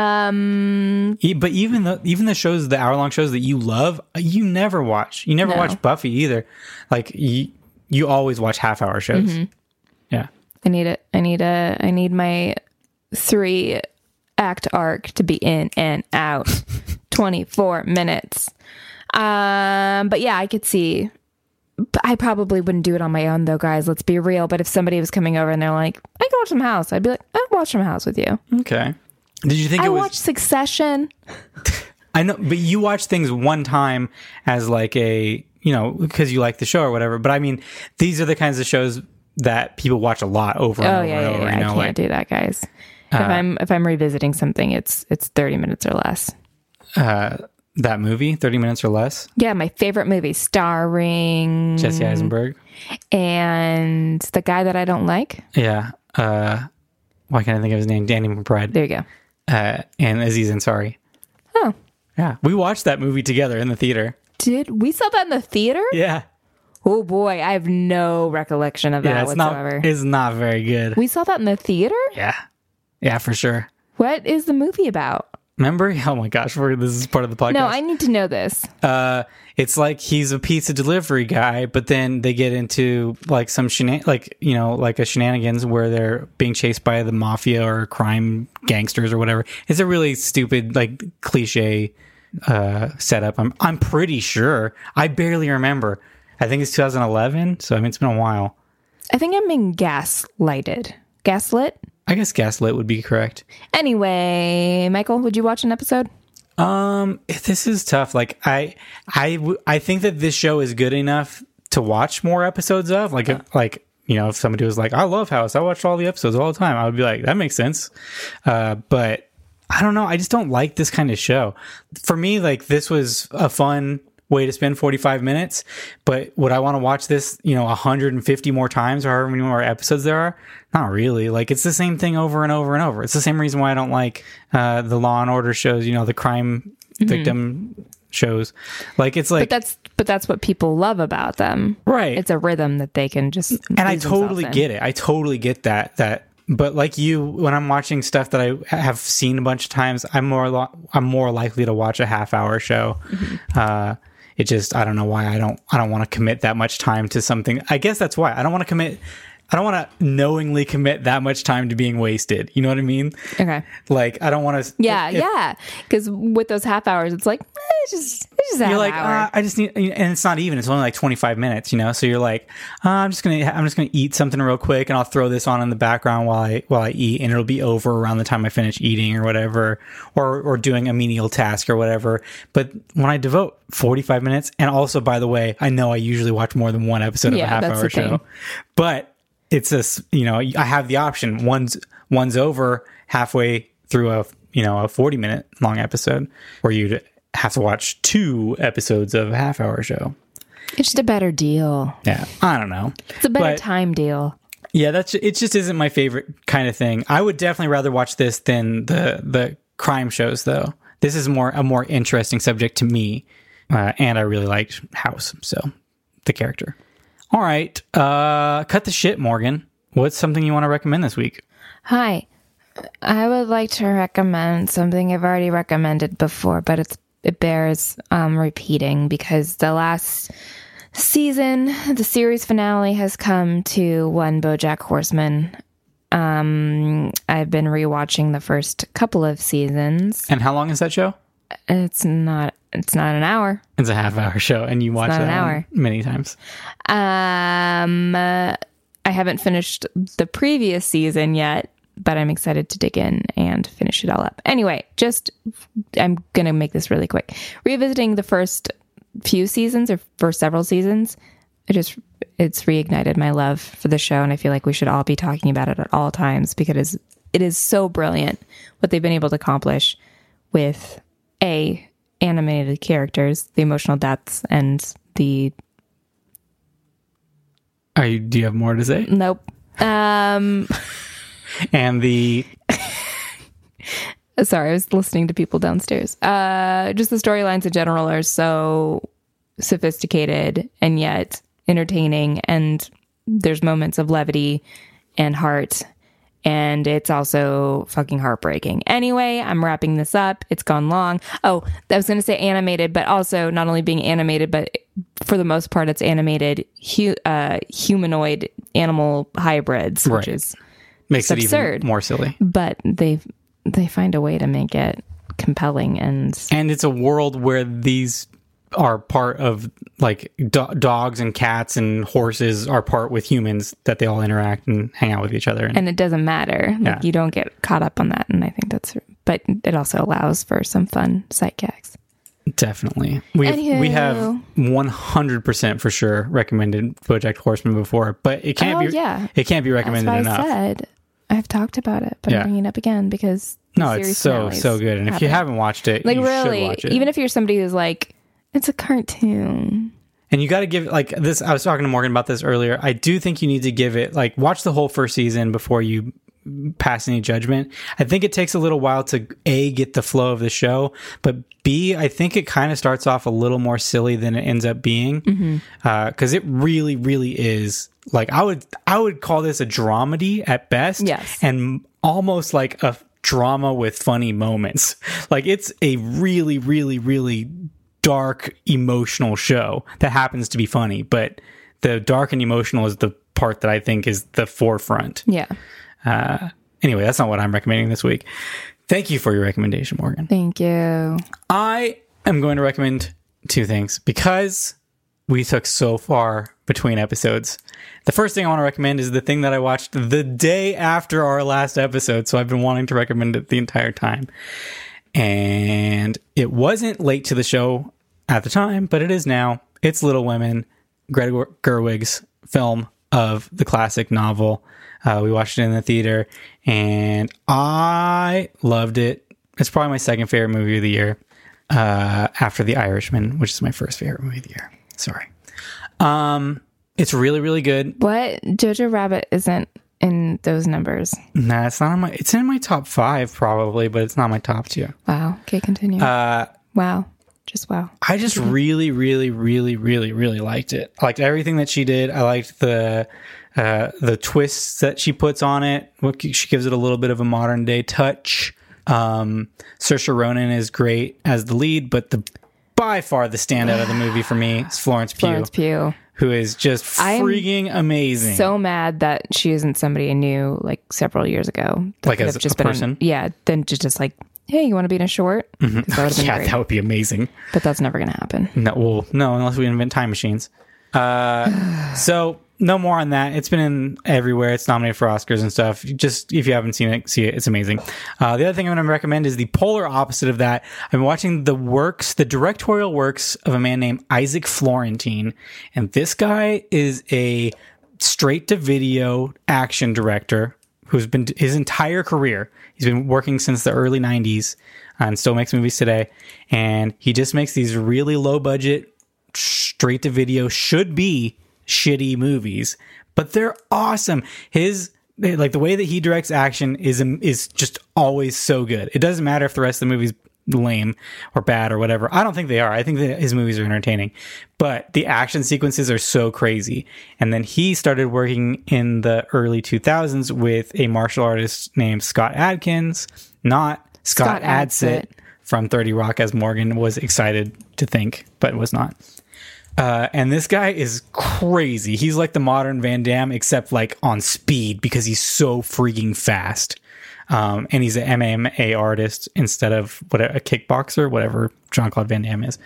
A: Um,
B: E- But even the even the shows, the hour long shows that you love, uh, you never watch. You never
A: No.
B: watch Buffy either. Like you, you always watch half hour shows.
A: Mm-hmm.
B: Yeah,
A: I need it. I need a. I need my three act arc to be in and out. Twenty four minutes. Um, but yeah, I could see. but I probably wouldn't do it on my own though, guys. Let's be real. But if somebody was coming over and they're like, "I can watch some House," I'd be like, "I'll watch some House with you."
B: okay. Did you think
A: I
B: it was?
A: watched Succession.
B: I know, but you watch things one time as like a you know because you like the show or whatever. But I mean, these are the kinds of shows that people watch a lot over and
A: Oh
B: over
A: yeah, yeah,
B: and over.
A: yeah.
B: You
A: I
B: know, Uh,
A: can't
B: like
A: do that, guys. If I'm if I'm revisiting something, it's it's thirty minutes or less.
B: that movie, thirty minutes or less.
A: Yeah, my favorite movie, starring
B: Jesse Eisenberg.
A: and the guy that I don't like.
B: Yeah. Uh, why can't I think of his name? Danny McBride.
A: There you go.
B: uh, and Aziz Ansari.
A: Oh.
B: Yeah. We watched that movie together in the theater.
A: Did we saw that in the theater?
B: Yeah.
A: Oh boy, I have no recollection of that
B: Yeah. It's
A: whatsoever.
B: not, it's not very good.
A: we saw that in the theater?
B: yeah. Yeah, for sure.
A: What is the movie about?
B: Remember? Oh my gosh. We're, this is part of the podcast.
A: No, I need to know this.
B: uh, it's like he's a pizza delivery guy, but then they get into like some shenan- like you know, like a shenanigans where they're being chased by the mafia or crime gangsters or whatever. It's a really stupid like cliche uh, setup. I'm I'm pretty sure. I barely remember. I think it's 2011, so I mean it's been a while.
A: I think I'm being gaslighted. Gaslit?
B: I guess Gaslit would be correct.
A: Anyway, Michael, would you watch an episode?
B: Um, this is tough. Like I, I, w- I think that this show is good enough to watch more episodes of. Like, if, like you know, if somebody was like, "I love House," I watched all the episodes all the time. I would be like, "That makes sense." Uh, but I don't know. I just don't like this kind of show. For me, like this was a fun way to spend 45 minutes. But would I want to watch this, you know, 150 more times or however many more episodes there are? Not really. Like it's the same thing over and over and over. It's the same reason why I don't like uh, the Law and Order shows, you know, the crime victim shows. Like it's
A: But
B: like
A: that's but that's what people love about them.
B: Right.
A: It's a rhythm that they can just
B: and I totally get it. I totally get that. That, but like you, when I'm watching stuff that I have seen a bunch of times, I'm more lo- I'm more likely to watch a half hour show.
A: Mm-hmm.
B: Uh, it just I don't know why I don't I don't want to commit that much time to something. I guess that's why I don't want to commit. I don't want to knowingly commit that much time to being wasted. You know what I mean?
A: Okay.
B: Like I don't want to.
A: Yeah, yeah. Because with those half hours, it's like eh, it's just it's just a half
B: you're like
A: hour.
B: uh, I just need, and it's not even. It's only like 25 minutes, you know. So you're like, uh, I'm just gonna, I'm just gonna eat something real quick, and I'll throw this on in the background while I while I eat, and it'll be over around the time I finish eating or whatever, or or doing a menial task or whatever. But when I devote 45 minutes, and also by the way, I know I usually watch more than one episode of
A: Yeah,
B: a half
A: that's
B: hour
A: the
B: show,
A: thing.
B: but it's a s- you know I have the option. One's one's over halfway through a you know a forty minute long episode, where you'd have to watch two episodes of a half hour show.
A: it's just a better deal.
B: Yeah, I don't know.
A: It's a better
B: But-
A: time deal.
B: Yeah, that's it. Just isn't my favorite kind of thing. I would definitely rather watch this than the the crime shows, though. This is more a more interesting subject to me, uh, and I really liked House, so the character. All right, uh, cut the shit, Morgan. What's something you want to recommend this week?
A: Hi. I would like to recommend something I've already recommended before, but it's it bears um, repeating because the last season, the series finale has come to one BoJack Horseman. Um, I've been rewatching the first couple of seasons.
B: And how long is that show?
A: It's not it's not an hour.
B: It's a half hour show, and you watch
A: not an
B: that one
A: hour.
B: many times.
A: Um, uh, I haven't finished the previous season yet, but I'm excited to dig in and finish it all up. Anyway, just I'm gonna make this really quick. Revisiting the first few seasons or first several seasons, I just it's reignited my love for the show, and I feel like we should all be talking about it at all times because it is, it is so brilliant what they've been able to accomplish with a animated characters, the emotional depths, and the
B: Are you? Do you have more to say?
A: nope. Um,
B: And the
A: sorry, I was listening to people downstairs. Uh, just the storylines in general are so sophisticated and yet entertaining, and there's moments of levity and heart, and it's also fucking heartbreaking. Anyway, I'm wrapping this up. It's gone long. Oh, I was going to say animated, but also not only being animated, but for the most part, it's animated hu- uh, humanoid animal hybrids,
B: Right.
A: which is
B: makes it
A: absurd.
B: even more silly.
A: but they they find a way to make it compelling and
B: and it's a world where these are part of like do- dogs and cats and horses are part with humans that they all interact and hang out with each other and,
A: and it doesn't matter
B: Yeah.
A: like you don't get caught up on that and i think that's but it also allows for some fun sight gags
B: definitely we we have 100% for sure recommended project horseman before but it can't
A: Oh,
B: be
A: yeah.
B: it can't be
A: that's
B: recommended
A: why
B: enough
A: i said i've talked about it but
B: Yeah.
A: i'm bringing it up again because the
B: no it's
A: series
B: so
A: finales
B: so good and if
A: happen.
B: you haven't watched it
A: like
B: you should
A: really
B: watch it
A: even if you're somebody who's like it's a cartoon
B: And you got to give like this. I was talking to Morgan about this earlier. I do think you need to give it like watch the whole first season before you pass any judgment. I think it takes a little while to a get the flow of the show, but b I think it kind of starts off a little more silly than it ends up being because it really, really is like I would I would call this a dramedy at best.
A: Yes.
B: and almost like a drama with funny moments. Like it's a really, really, really dark emotional show that happens to be funny, but the dark and emotional is the part that I think is the forefront.
A: yeah
B: Anyway, that's not what I'm recommending this week. Thank you for your recommendation, Morgan.
A: thank you
B: I am going to recommend two things because we took so far between episodes. The first thing I want to recommend is the thing that I watched the day after our last episode, so I've been wanting to recommend it the entire time. And it wasn't late to the show at the time, but it is now. It's Little Women, Greta Ger- Gerwig's film of the classic novel. Uh, we watched it in the theater and I loved it. It's probably my second favorite movie of the year. uh, after The Irishman, which is my first favorite movie of the year. Sorry. Um, it's really, really good.
A: What? Jojo Rabbit isn't in those numbers.
B: Nah, it's not on my. It's in my top five probably, but it's not my top two.
A: Wow. Okay, continue.
B: Uh,
A: wow. Just wow.
B: I just
A: Mm-hmm.
B: really, really, really, really, really liked it. I liked everything that she did. I liked the uh, the twists that she puts on it. What- She gives it a little bit of a modern day touch. Um, Saoirse Ronan is great as the lead, but the by far the standout of the movie for me is Florence Pugh,
A: Florence Pugh.
B: who is just
A: am
B: freaking amazing.
A: So mad that she isn't somebody I knew like several years ago. That
B: Like
A: could
B: as
A: have just
B: a
A: been on-
B: person? Mm-hmm.
A: yeah. Then just, just like, hey, you want to be in a short? 'Cause That would have been
B: yeah,
A: great.
B: that would be amazing.
A: but that's never going to happen.
B: No, well, no, unless we invent time machines. Uh, so no more on that. It's been in everywhere. It's nominated for Oscars and stuff. Just if you haven't seen it, see it. It's amazing. Uh, the other thing I'm going to recommend is the polar opposite of that. I've been watching the works, the directorial works of a man named Isaac Florentine, and this guy is a straight to video action director who's been his entire career. He's been working since the early 90s and still makes movies today. And he just makes these really low budget, straight to video, should be shitty movies, but they're awesome. His like the way that he directs action is um, is just always so good. It doesn't matter if the rest of the movie's lame or bad or whatever. I don't think they are. I think that his movies are entertaining, but the action sequences are so crazy. And then he started working in the early 2000s with a martial artist named Scott Adkins, not
A: Scott
B: Scott, Adsit
A: Adsit.
B: from 30 Rock, as Morgan was excited to think, but was not. Uh, and this guy is crazy. He's like the modern Van Damme, except like on speed because he's so freaking fast. Um, and he's an MMA artist instead of what a kickboxer, whatever Jean Claude Van Damme is.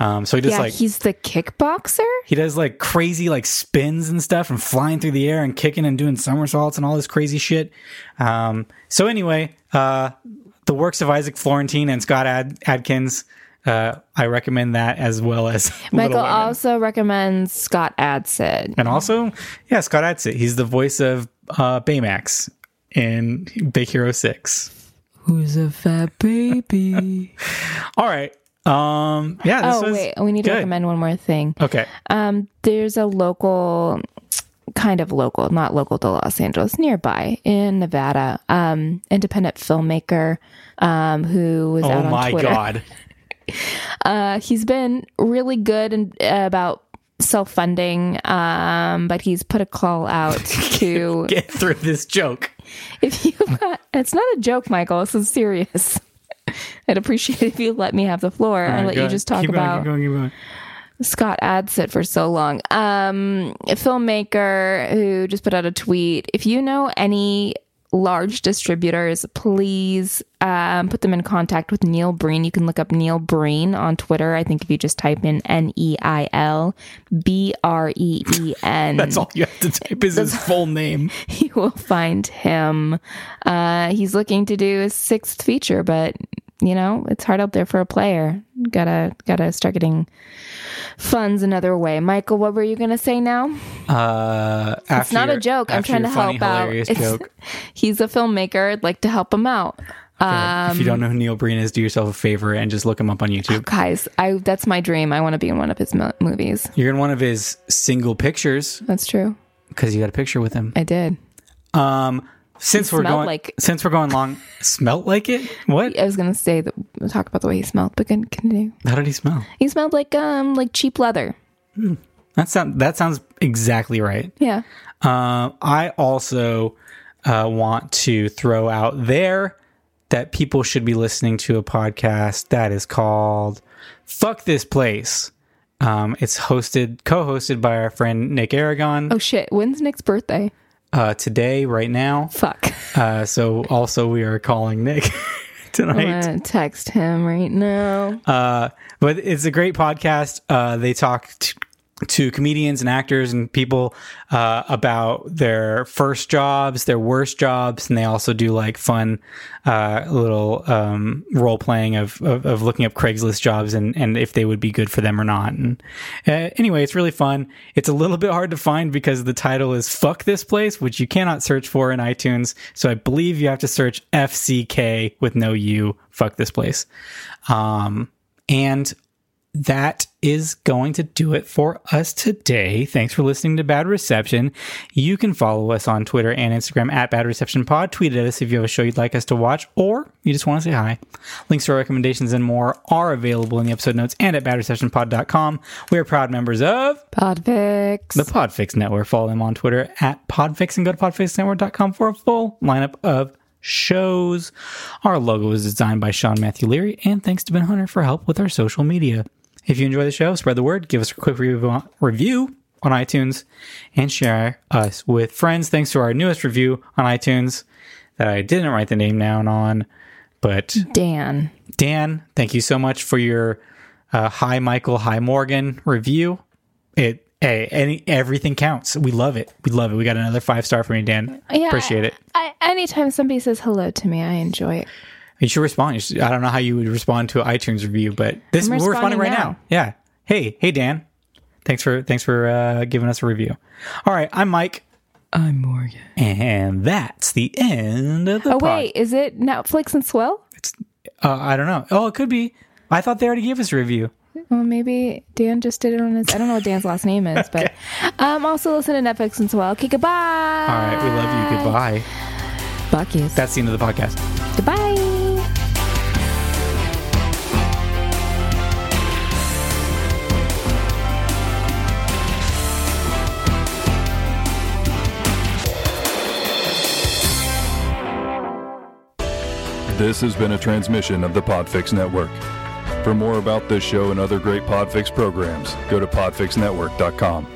B: Um, so he just
A: yeah,
B: like
A: he's the kickboxer?
B: he does like crazy like spins and stuff and flying through the air and kicking and doing somersaults and all this crazy shit. Um, so anyway, uh, the works of Isaac Florentine and Scott Ad- Adkins. Uh, I recommend that as well as
A: Michael
B: Little Women.
A: also recommends Scott Adsit.
B: And also, yeah, Scott Adsit. He's the voice of uh, Baymax in Big Hero 6.
A: Who's a fat baby?
B: All right. Um, yeah, this
A: oh,
B: was
A: wait. We need to
B: good.
A: recommend one more thing.
B: Okay.
A: Um, there's a local, kind of local, not local to Los Angeles, nearby in Nevada, um, independent filmmaker um, who was
B: Oh
A: out on
B: my
A: Twitter.
B: God.
A: Uh, he's been really good and uh, about self-funding, um, but he's put a call out to
B: Get through this joke.
A: if you got, it's not a joke, Michael. This is serious. I'd appreciate it if you let me have the floor and let
B: Go
A: you
B: ahead.
A: just talk
B: Keep going,
A: about
B: keep going, keep going.
A: Scott Adsit for so long. Um, a filmmaker who just put out a tweet. If you know any large distributors, please um, put them in contact with Neil Breen. You can look up Neil Breen on Twitter. I think if you just type in N E I L B R E E N.
B: That's all you have to type is his full name.
A: you will find him. Uh, he's looking to do his sixth feature, but you know it's hard out there for a player. Gotta gotta start getting funds another way. Michael, what were you gonna say now?
B: Uh,
A: It's not a joke. I'm trying to help out.
B: hilarious
A: It's-
B: joke.
A: he's a filmmaker. I'd like to help him out.
B: if
A: um,
B: you don't know who Neil Breen is, do yourself a favor and just look him up on YouTube.
A: Guys, I that's my dream. I want to be in one of his mo- movies.
B: You're in one of his single pictures
A: That's true.
B: because you got a picture with him.
A: I did.
B: Um, since we're
A: smelled
B: going,
A: like-
B: since we're going long, smelt like it. What?
A: I was gonna say that talk about the way he smelled, but can continue.
B: How did he smell?
A: He smelled like um like cheap leather.
B: That sound that sounds exactly right.
A: Yeah.
B: Um, I also uh, want to throw out there that people should be listening to a podcast that is called "Fuck This Place." Um, it's hosted, co-hosted by our friend Nick Aragon.
A: Oh shit. When's Nick's birthday?
B: Uh, today, right now.
A: Fuck.
B: Uh, so also we are calling Nick tonight.
A: I'm gonna text him right now.
B: Uh, but it's a great podcast. Uh, they talk t- to comedians and actors and people uh, about their first jobs, their worst jobs, and they also do like fun uh, little um, role playing of, of of looking up Craigslist jobs and and if they would be good for them or not. And uh, anyway, it's really fun. It's a little bit hard to find because the title is "Fuck This Place," which you cannot search for in iTunes. So I believe you have to search FCK with no U. Fuck this place. Um, And that is going to do it for us today. Thanks for listening to Bad Reception. You can follow us on Twitter and Instagram at Bad Reception Pod. Tweet at us if you have a show you'd like us to watch or you just want to say hi. Links to our recommendations and more are available in the episode notes and at badreceptionpod.com. We are proud members of
A: Podfix.
B: the Podfix Network. Follow them on Twitter at Podfix and go to podfixnetwork.com for a full lineup of shows. Our logo is designed by Sean Matthew Leary, and thanks to Ben Hunter for help with our social media. If you enjoy the show, spread the word, give us a quick review on, review on iTunes, and share us with friends. Thanks to our newest review on iTunes that I didn't write the name down on, but
A: Dan.
B: Dan, thank you so much for your uh, "Hi Michael, Hi Morgan" review. It hey, any everything counts. We love it. We love it. We got another five star from you, Dan.
A: Yeah,
B: Appreciate it.
A: I, anytime somebody says hello to me, I enjoy it.
B: You should respond. You should, I don't know how you would respond to an iTunes review, but this
A: I'm
B: we're responding
A: responding
B: right now.
A: now.
B: Yeah. Hey, hey, Dan. Thanks for thanks for uh, giving us a review. All right, I'm Mike,
A: I'm Morgan.
B: and that's the end of the.
A: Oh
B: pod.
A: wait, is it Netflix and Swell?
B: Uh, I don't know. Oh, it could be. I thought they already gave us a review.
A: Well, maybe Dan just did it on his. I don't know what Dan's last name is, but um, also listen to Netflix and Swell. Okay, goodbye.
B: All right, we love you. Goodbye.
A: Buck you.
B: That's the end of the podcast.
A: Goodbye.
F: This has been a transmission of the Podfix Network. For more about this show and other great Podfix programs, go to podfixnetwork.com.